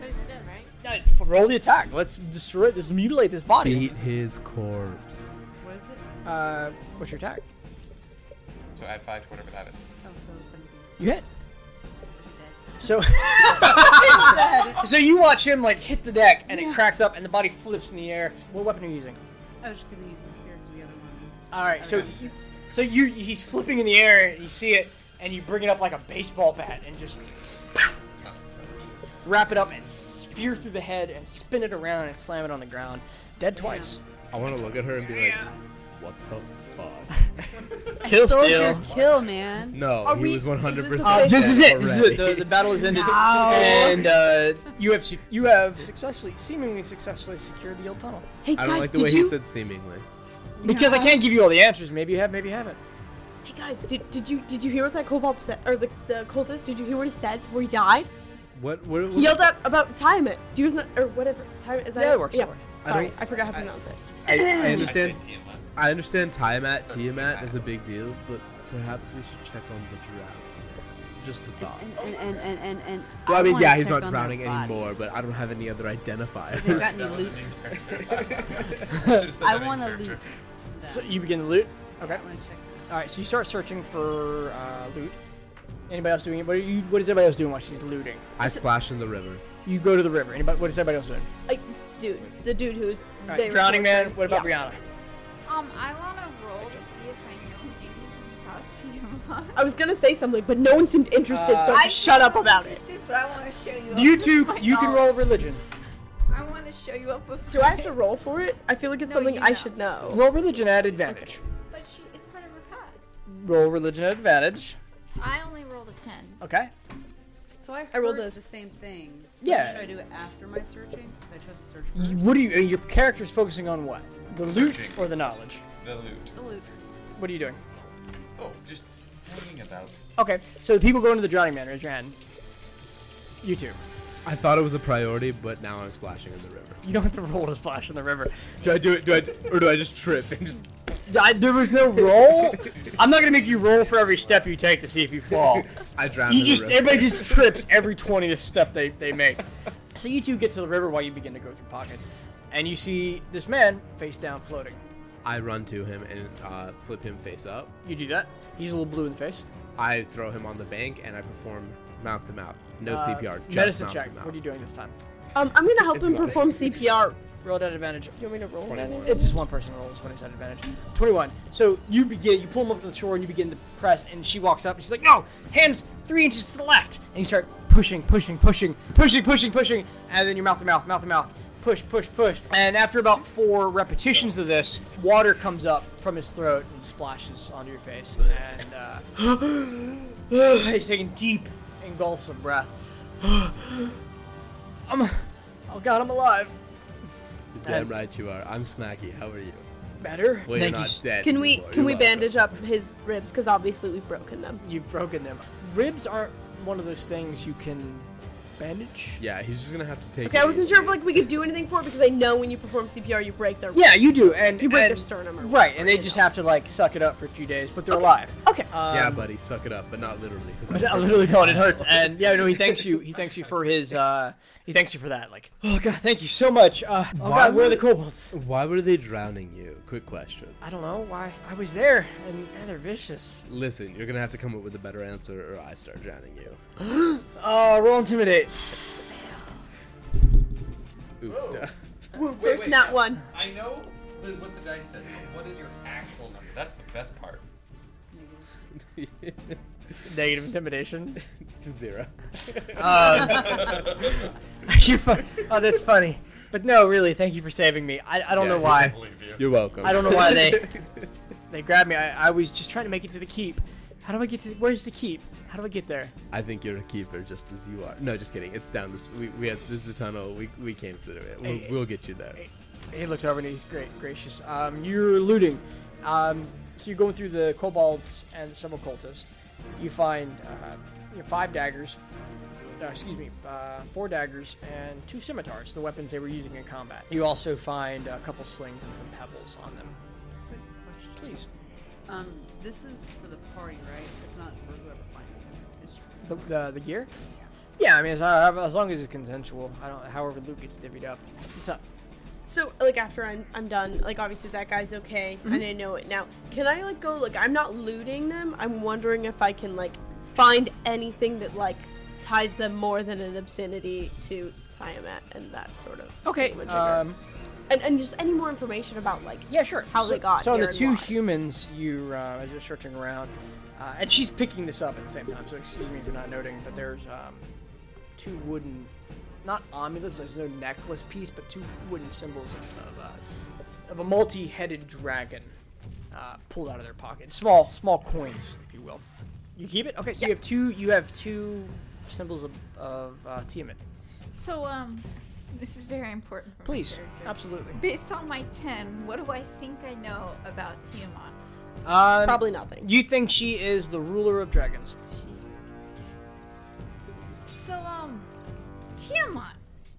But it's dead, right? No, f- roll the attack. Let's destroy this. Mutilate this body. Beat his corpse. up. What is it? Uh, what's your attack? So add five to whatever that is. Oh, so 17. You hit. Is it dead? So, so you watch him like hit the deck, and it cracks up, and the body flips in the air. What weapon are you using? I was just gonna use my spear because the other one. All right, so so you he's flipping in the air, and you see it, and you bring it up like a baseball bat, and just wrap it up and spear through the head, and spin it around, and slam it on the ground, dead twice. I want to look at her and be like, "What the fuck?" Kill Soldier kill, Oh, man. No, Are he we- was is this 100. a percent Uh, this is it. This is it. The, the battle is ended, and uh, you have se- you have successfully, seemingly successfully secured the old tunnel. Hey I guys, don't like the did way you? he said seemingly. Because I can't give you all the answers. Maybe you have, maybe you haven't. Hey guys, did, did you did you hear what that cobalt said or the, the cultist? Did you hear what he said before he died? What? What? He yelled out about time it. Do you not or whatever time is that? Yeah, it? it works, it works. Sorry, don't- I, forgot how to I- pronounce it. I, I I say understand. Tiamat. I understand Tiamat. Tiamat is a big deal, but perhaps we should check on the drowning. Just a thought. And and and and and. and Well, I mean, wanna yeah, he's check not on their drowning anymore, bodies. but I don't have any other They've identifiers. got That any wasn't loot. in character. Should've said I that in want to character. loot. that. So you begin to loot. Okay. I want to check. All right. So you start searching for uh, loot. Anybody else doing it? What, are you, what is everybody else doing while she's looting? I splash in the river. You go to the river. Anybody? What is everybody else doing? Like, dude, the dude who's All right, drowning man. What about Brianna? Um, I want to roll to see if I know anything about Tiamat. I was gonna say something, but no one seemed interested, so Uh, I shut up about it. Interested, but I want to show you. Up You with two. Oh my You can knowledge. roll religion. I want to show you up with. Do I have my- to roll for it? I feel like it's No, something you I know. should know. Roll religion at advantage. But she, it's part of her past. Roll religion at advantage. I only rolled a ten. Okay. So I, I rolled heard a- the same thing. Yeah. Should I do it after my searching? Since I chose to search You- first. What do you? Your character's focusing on what? The loot Searching. or the knowledge? The loot. The loot. What are you doing? Oh, just hanging about. Okay. So the people going to the drowning man. Raise your hand. You two. I thought it was a priority, but now I'm splashing in the river. You don't have to roll to splash in the river. Do I do it? Do I? Or do I just trip and just? I, there was no roll. I'm not gonna make you roll for every step you take to see if you fall. I drown You in just the river. everybody just trips every 20th step they, they make. So you two get to the river while you begin to go through pockets, and you see this man face down floating. I run to him and uh, flip him face up. You do that. He's a little blue in the face. I throw him on the bank and I perform mouth to mouth. No Uh, CPR. Just medicine mouth check. To mouth. What are you doing this time? Um, I'm gonna help It's him not- perform CPR Roll it at advantage. You want me to roll that in? It's just one person rolls when it's at advantage. 21. So you begin, you pull him up to the shore and you begin to press, and she walks up and she's like, No! Hands three inches to the left! And you start pushing, pushing, pushing, pushing, pushing, pushing, and then you're mouth to mouth, mouth to mouth, push, push, push. And after about four repetitions of this, water comes up from his throat and splashes onto your face. And uh, he's taking deep engulfs of breath. I'm, oh god, I'm alive. You're damn right you are. I'm Smacky. How are you? Better. Well, you're Thank you, not s- dead. Can we Well, can you're we not, but- bandage up his ribs? Because obviously we've broken them. You've broken them. Ribs aren't one of those things you can bandage. Yeah, he's just gonna have to take. Okay, I wasn't sure if like we could do anything for it because I know when you perform CPR you break their. Yeah, you ribs. do, and You break and- their sternum. Or right? whatever, And they you just know. have to like suck it up for a few days, but they're Okay. alive. Okay. Um, yeah, buddy, suck it up, but not literally. 'cause But that's I literally thought it hurts. And yeah, no, he thanks you. He thanks you for his. uh He thanks you for that. Like, oh god, thank you so much. Uh, oh Why god, where are the would- kobolds? Why were they drowning you? Quick question. I don't know why. I was there, and, and they're vicious. Listen, you're gonna have to come up with a better answer, or I start drowning you. Uh, roll intimidate. Oof, duh. There's not one. I know the, what the dice says, but what is your actual number? That's the best part. Negative intimidation. Um, It's a zero. you fu- oh, that's funny. But no, really, thank you for saving me. I, I don't Yeah, know why. Believe you. You're welcome. I don't know why they they grabbed me. I, I was just trying to make it to the keep. How do I get to where's the keep? How do I get there? I think you're a keeper, just as you are. No, just kidding. It's down this. We, we had this is a tunnel. We, we came through it. We'll, Hey. we'll get you there. He looks over and he's great, gracious. Um, you're looting. Um, so you're going through the kobolds and the several cultists. You find uh, you know, five daggers. Uh, excuse me, uh, four daggers and two scimitars, the weapons they were using in combat. You also find a couple slings and some pebbles on them. Quick question. Please. Um, this is for the party, right? It's not for whoever finds it. It's The, the, the gear? Yeah, I mean, as, uh, as long as it's consensual. I don't. However, Luke gets divvied up. What's up? So like after I'm I'm done, like obviously that guy's okay, Mm-hmm. and I know it now. Can I like go like I'm not looting them. I'm wondering if I can like find anything that like ties them more than an obscenity to Tiamat and that sort of. Okay. thingamajigger. Um, and and just any more information about like yeah, sure. How so, they got So on here the and two why. humans, you uh, as you're searching around, uh, and she's picking this up at the same time. So excuse me for not noting, but there's um, two wooden, not amulets. There's no necklace piece, but two wooden symbols of of, uh, of a multi-headed dragon uh, pulled out of their pocket. Small, small coins, if you will. You keep it. Okay. So you have two. You have two symbols of, of uh, Tiamat. So, um, this is very important for my Please, character. absolutely. Based on my 10, what do I think I know about Tiamat? Um, probably nothing. You think she is the ruler of dragons? So, um, Tiamat,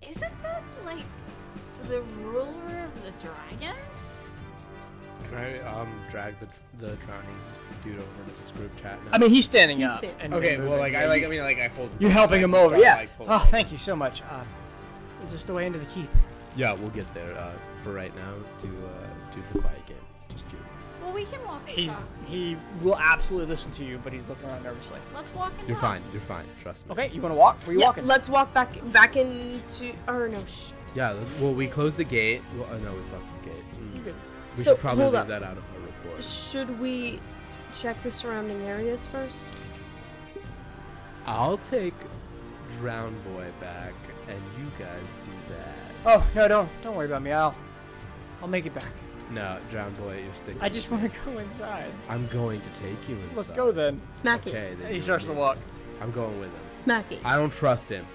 isn't that like the ruler of the dragons? Can I um drag the the drowning dude over to this group chat now? I mean, he's standing He's up. standing- and- okay. and Well, moving. like I like. I mean, like I hold. This You're guy helping back him and over. try to, Yeah. like, hold oh, him. thank you so much. Uh, is this the way into the keep? Yeah, we'll get there. Uh, for right now, do uh, do the quiet game. Just you. Well, we can walk. and He's talk. he will absolutely listen to you, but he's looking around nervously. Let's walk and You're talk. fine. You're fine. Trust me. Okay, you want to walk? Where you Yeah, walking? let's walk back back into. Or no, sh- Yeah. Let's, well, we closed the gate. Well, oh, no, we fucked the gate. Mm. You good. We So, should probably hold leave up. that out of our report. should we check the surrounding areas first? I'll take Drown Boy back, and you guys do that. Oh no, don't don't worry about me. I'll I'll make it back. No, Drown Boy, you're sticking. I with just me. want to go inside. I'm going to take you inside. Let's go then. Smacky, Okay. Then He you're starts to here. walk. I'm going with him. smacky. I don't trust him.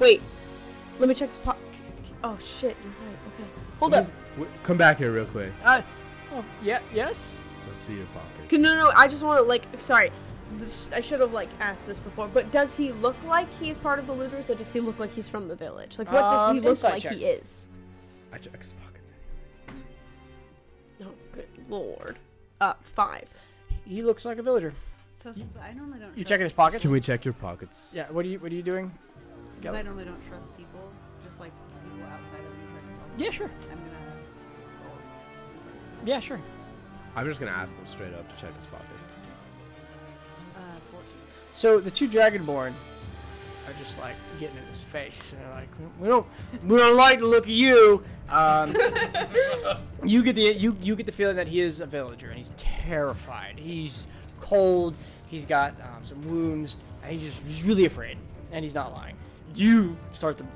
Wait, let me check the po- Oh shit, you're right. Okay, hold up. Where's- wh- Come back here real quick. Uh, oh, yeah, yes. Let's see your pockets. 'Cause- No, no, no. I just want to like. Sorry, this, I should have like asked this before. But does he look like he is part of the looters, or does he look like he's from the village? Like, what does Um, he look insight like check. he is? I check his pockets. Oh, good lord. Uh, five. He looks like a villager. so since I normally don't. You trust, checking his pockets? Can we check your pockets? Yeah. What are you What are you doing? Since I normally don't trust people, just like people outside of the trick. Yeah, sure. I'm gonna. roll inside. Yeah, sure. I'm just gonna ask him straight up to check his pockets. Uh, 14. So the two dragonborn are just like getting in his face. And they're like, we don't, we don't like the look of you. Um, you get the you you get the feeling that he is a villager and he's terrified. He's cold. He's got um, some wounds, and he's just he's really afraid. And he's not lying. You start to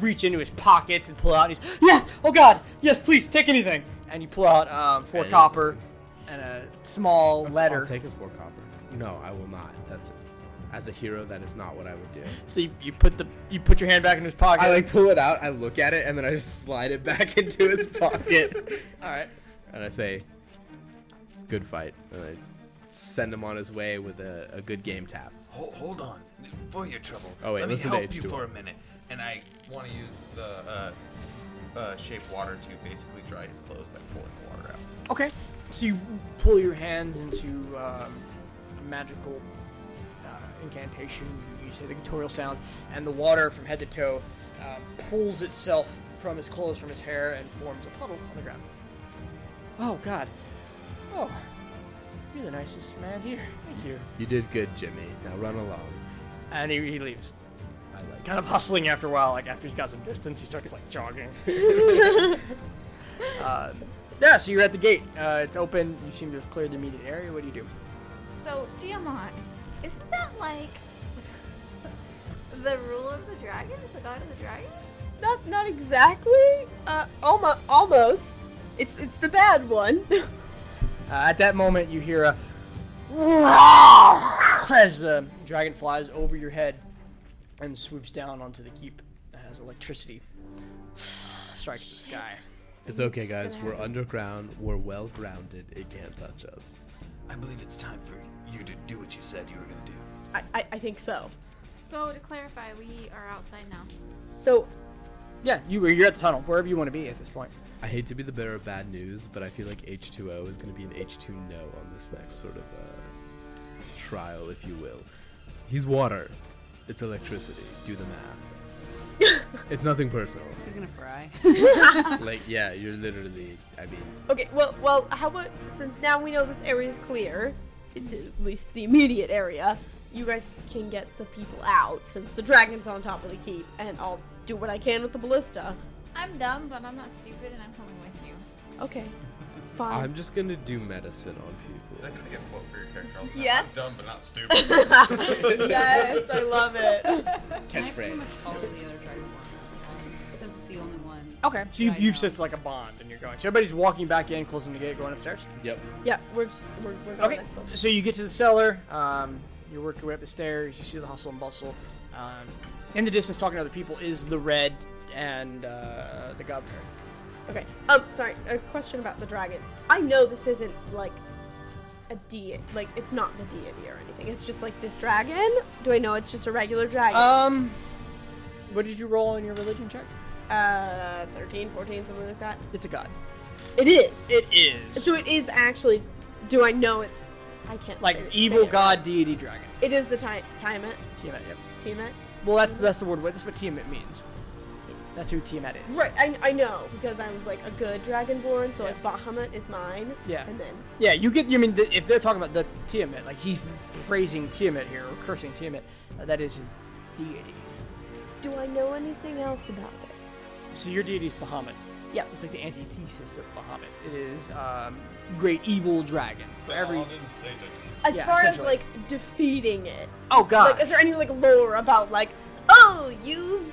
reach into his pockets and pull out. And he's yes, oh god, yes, please take anything. And you pull out um, four Hey. copper and a small I'll letter. take his four copper. No, I will not. That's as a hero, that is not what I would do. So you, you put the you put your hand back in his pocket. I like pull it out, I look at it, and then I just slide it back into his pocket, All right. and I say, "Good fight," and I send him on his way with a, a good game tap. Hold, hold on, for your trouble. Oh, wait, let me listen to help you H2O. for a minute. And I want to use the uh, uh, shape water to basically dry his clothes by pulling the water out. Okay. So you pull your hands into um, a magical uh, incantation. You say the tutorial sounds, and the water from head to toe um, pulls itself from his clothes, from his hair, and forms a puddle on the ground. Oh God. Oh, you're the nicest man here. Thank you. You did good, Jimmy. Now run along. And he, he leaves. I like. kind of hustling after a while. Like after he's got some distance, he starts like jogging. uh, yeah, so you're at the gate. Uh, it's open. You seem to have cleared the immediate area. What do you do? So Tiamat, isn't that like the ruler of the dragons, the god of the dragons? Not not exactly. Uh, almost. Almost. It's it's the bad one. Uh, at that moment, you hear a as the dragon flies over your head and swoops down onto the keep as electricity strikes the sky. It's okay, guys. We're underground. We're well grounded. It can't touch us. I believe it's time for you to do what you said you were gonna do. I, I I think so. So to clarify, we are outside now. So Yeah, you, you're at the tunnel, wherever you want to be at this point. I hate to be the bearer of bad news, but I feel like H2O is going to be an H2 no on this next sort of uh, trial, if you will. He's water. It's electricity. Do the math. it's nothing personal. He's gonna fry. Like, yeah, you're literally. I mean, okay. Well well. How about since now we know this area is clear, it- at least the immediate area. You guys can get the people out since the dragon's on top of the keep, and I'll do what I can with the ballista. I'm dumb, but I'm not stupid, and I'm coming with you. Okay. Fine. I'm just going to do medicine on Is people. that going to be a quote for your character? all the time? Yes. Dumb but not stupid. yes, I love it. Catchphrase. All of the other dragonborn. Since it's the only one. Okay. So Yeah, you've, I you've know. sensed like a bond, and you're going. So everybody's walking back in, closing the gate, going upstairs. Yep. Yeah, we're just, we're, we're going, Okay, I suppose. so you get to the cellar. Um, you work your way up the stairs. You see the hustle and bustle. Um, in the distance, talking to other people, is the red and uh, the governor. Okay. Um, sorry. A question about the dragon. I know this isn't like a deity. Like it's not the deity or anything. It's just like this dragon. Do I know it's just a regular dragon? Um, what did you roll on your religion check? uh, 13, 14, something like that. It's a god. It is. It is So it is actually. Do I know it's? I can't. like say it- evil say it. god deity dragon. It is the time. Time it. Tiamat. Yep. Team it. Well, that's that's the word. That's what Tiamat means. Ti- That's who Tiamat is. Right. I, I know because I was like a good dragonborn. So like Bahamut is mine. Yeah. And then Yeah, you get. You mean the, if they're talking about the Tiamat, like he's praising Tiamat here or cursing Tiamat, uh, that is his deity. do I know anything else about it? So your deity's Bahamut. Yep. It's like the antithesis of Bahamut. It is um, great evil dragon for every. didn't say that. as Yeah, far as essentially. like defeating it Oh god. like is there any like lore about like oh use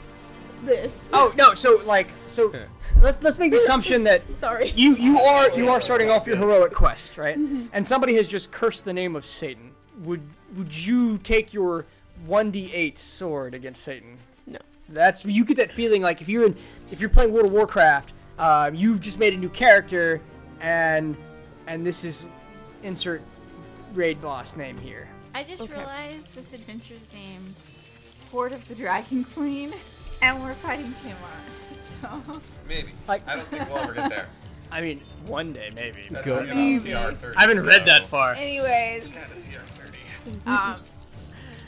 this oh no. So like so, let's let's make the assumption that sorry Mm-hmm. you you are you are starting off your heroic quest right, and somebody has just cursed the name of Satan. Would would you take your one d eight sword against Satan? No. That's you get that feeling like if you're in if you're playing World of Warcraft, uh, you've just made a new character, and and this is insert raid boss name here. I just realized this adventure's named Horde of the Dragon Queen, and we're fighting Tiamat. So Maybe. Like- I don't think we'll ever get there. I mean, one day maybe. That's Go- not even on CR 30, so- far. anyways, Kinda CR 30. um,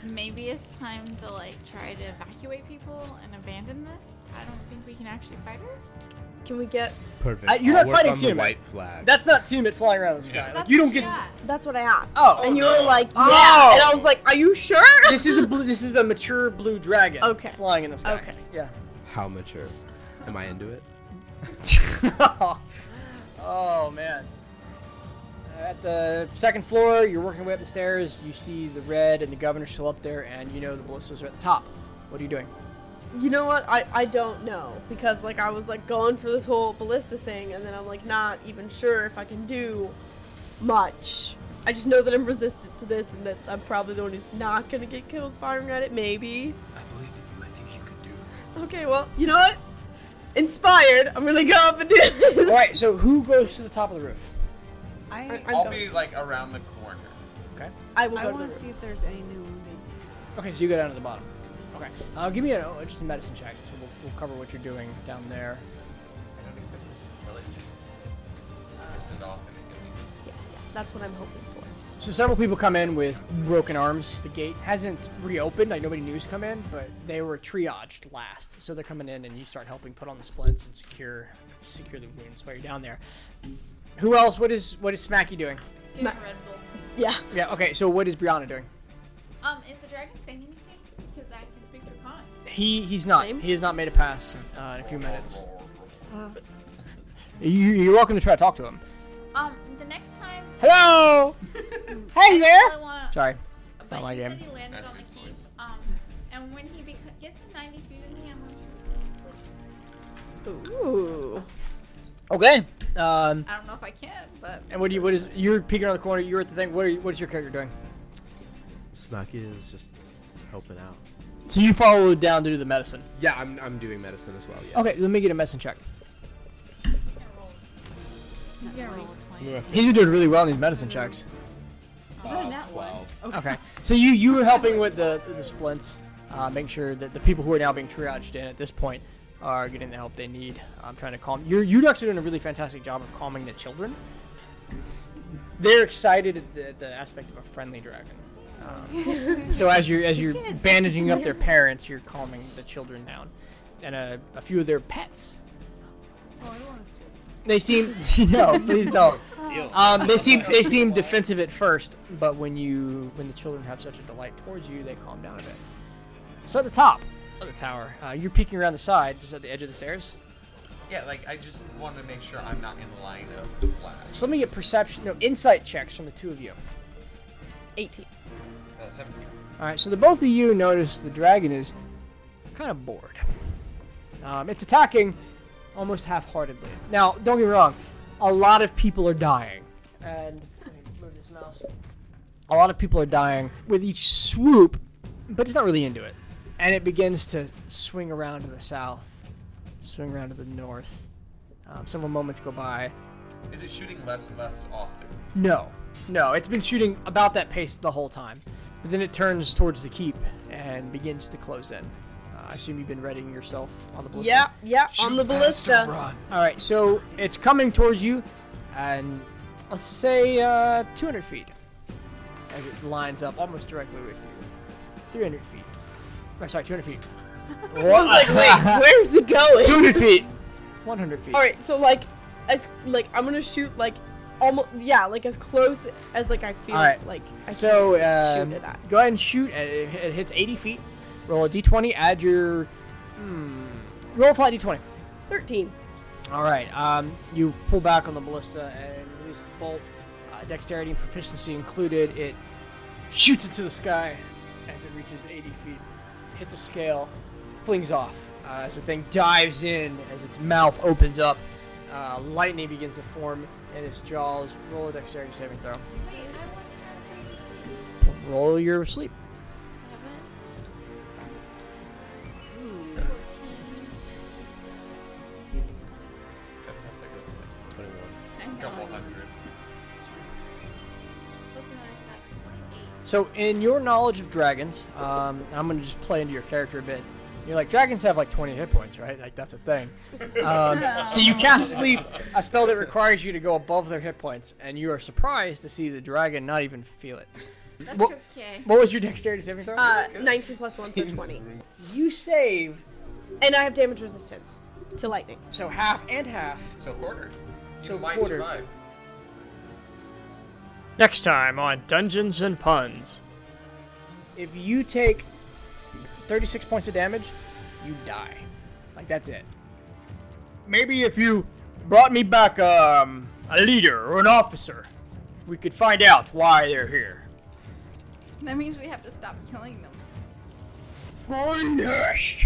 maybe it's time to like try to evacuate people and abandon this. I don't think we can actually fight her. Can we get? Perfect. Uh, you're I'll not work fighting on the Tiamat. white flag. That's not Tiamat flying around in the sky. Like, you don't get. That's what I asked. Oh. and you were like, yeah. Oh. And I was like, are you sure? This is a blue, this is a mature blue dragon. Okay. Flying in the sky. Okay. Yeah. How mature? Am I into it? oh man. At the second floor, you're working your way up the stairs. You see the red and the governor still up there, and you know the ballistas are at the top. What are you doing? You know what? I, I don't know because like I was like going for this whole ballista thing, and then I'm like not even sure if I can do much. I just know that I'm resistant to this, and that I'm probably the one who's not gonna get killed firing at it. Maybe. I believe in you. I think you could do it. Okay. Well, you know what? Inspired, I'm gonna go up and do this. All right. So who goes to the top of the roof? I, I- I, I'm I'll going. be like around the corner. Okay. I will go to the want to room. see if there's any new wounded. Okay. So you go down to the bottom. Okay. Uh, give me a oh, just a medicine check. So we'll, we'll cover what you're doing down there. I don't expect this to kill it, just uh, piss it off and it can be. Yeah, yeah, that's what I'm hoping for. So several people come in with broken arms. The gate hasn't reopened. Like nobody new's come in, but they were triaged last, so they're coming in, and you start helping put on the splints and secure secure the wounds while you're down there. Who else? What is what is Smacky doing? Doing a Red Bull. Yeah. Yeah. Okay. So what is Brianna doing? Um, is the dragon saying anything? Because I can speak Draconic. He he's not. Same. He has not made a pass uh, in a few minutes. You, you're welcome to try to talk to him. Um, the next time. Hello. hey I there. wanna, Sorry. It's not my you game. Said he landed That's on the his keep. voice. Um, and when he beco- gets to 90 feet of me, I'm going to sleep. Ooh. Okay. Um. I don't know if I can, but And what do you? What is? You're peeking around the corner. You're at the thing. What are you, What is your character doing? Smacky is just helping out. So you follow down to do the medicine. Yeah, I'm, I'm doing medicine as well. Yes. Okay, let me get a medicine check. he's gonna roll. He's gonna roll a So we're at He's been doing really well in these medicine checks. Uh, that one? Okay, so you you were helping with the the splints, uh, making sure that the people who are now being triaged in at this point are getting the help they need. I'm trying to calm. You're you're actually doing a really fantastic job of calming the children. They're excited at the, the aspect of a friendly dragon. Um, so as you're as you're bandaging up their parents, you're calming the children down, and a, a few of their pets. Oh, I don't want to steal. They seem no, please don't. Um, they seem they seem defensive at first, but when you when the children have such a delight towards you, they calm down a bit. So at the top of the tower, uh, you're peeking around the side, just at the edge of the stairs. Yeah, like I just want to make sure I'm not in line of the last. So let me get perception, no insight checks from the two of you. 18. Uh, 17. All right, so the both of you notice the dragon is kind of bored. Um, it's attacking almost half-heartedly. Now, don't get me wrong, a lot of people are dying, and let me move this mouse. A lot of people are dying with each swoop, but it's not really into it. And it begins to swing around to the south, swing around to the north. Um, several moments go by. Is it shooting less and less often? No, no, it's been shooting about that pace the whole time. But then it turns towards the keep and begins to close in. Uh, I assume you've been readying yourself on the ballista. Yeah, yeah, on Shoot the faster, ballista. Run. All right, so it's coming towards you, and let's say uh, 200 feet as it lines up almost directly with you. 300 feet. Or, sorry, 200 feet. I was Like, wait, where's it going? 200 feet. 100 feet. All right, so like, as like I'm gonna shoot like, almost yeah, like as close as like I feel All right. like. I So can um, shoot it at. go ahead and shoot. and It it hits 80 feet. Roll a d20. Add your hmm, roll a flat d20. Thirteen. All right. Um, you pull back on the ballista and release the bolt. Uh, dexterity and proficiency included. It shoots it to the sky as it reaches 80 feet. Hits a scale, flings off uh, as the thing dives in. As its mouth opens up, uh, lightning begins to form in its jaws. Roll a dexterity saving throw. wait, I was trying to read Roll your sleep. seven, Ooh. 14. I don't know if that goes with I'm it. Couple sorry. hundred. What's another set? 28. So, in your knowledge of dragons, um, I'm going to just play into your character a bit. You're like, dragons have like 20 hit points, right? Like, that's a thing. Um, so, you cast sleep, a spell that requires you to go above their hit points, and you are surprised to see the dragon not even feel it. That's What, okay. what was your dexterity saving throw? Uh, nineteen plus one, so Seems twenty. you save. And I have damage resistance. to lightning. So half and half. So quartered. You So might quartered. survive. Next time on Dungeons and Puns. If you take 36 points of damage, you die. Like that's it. Maybe if you brought me back um, a leader or an officer, we could find out why they're here. That means we have to stop killing them. Rheinhurst,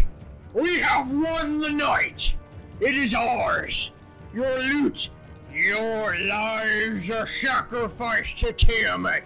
we have won the night. It is ours. Your loot, your lives are sacrificed to Tiamat.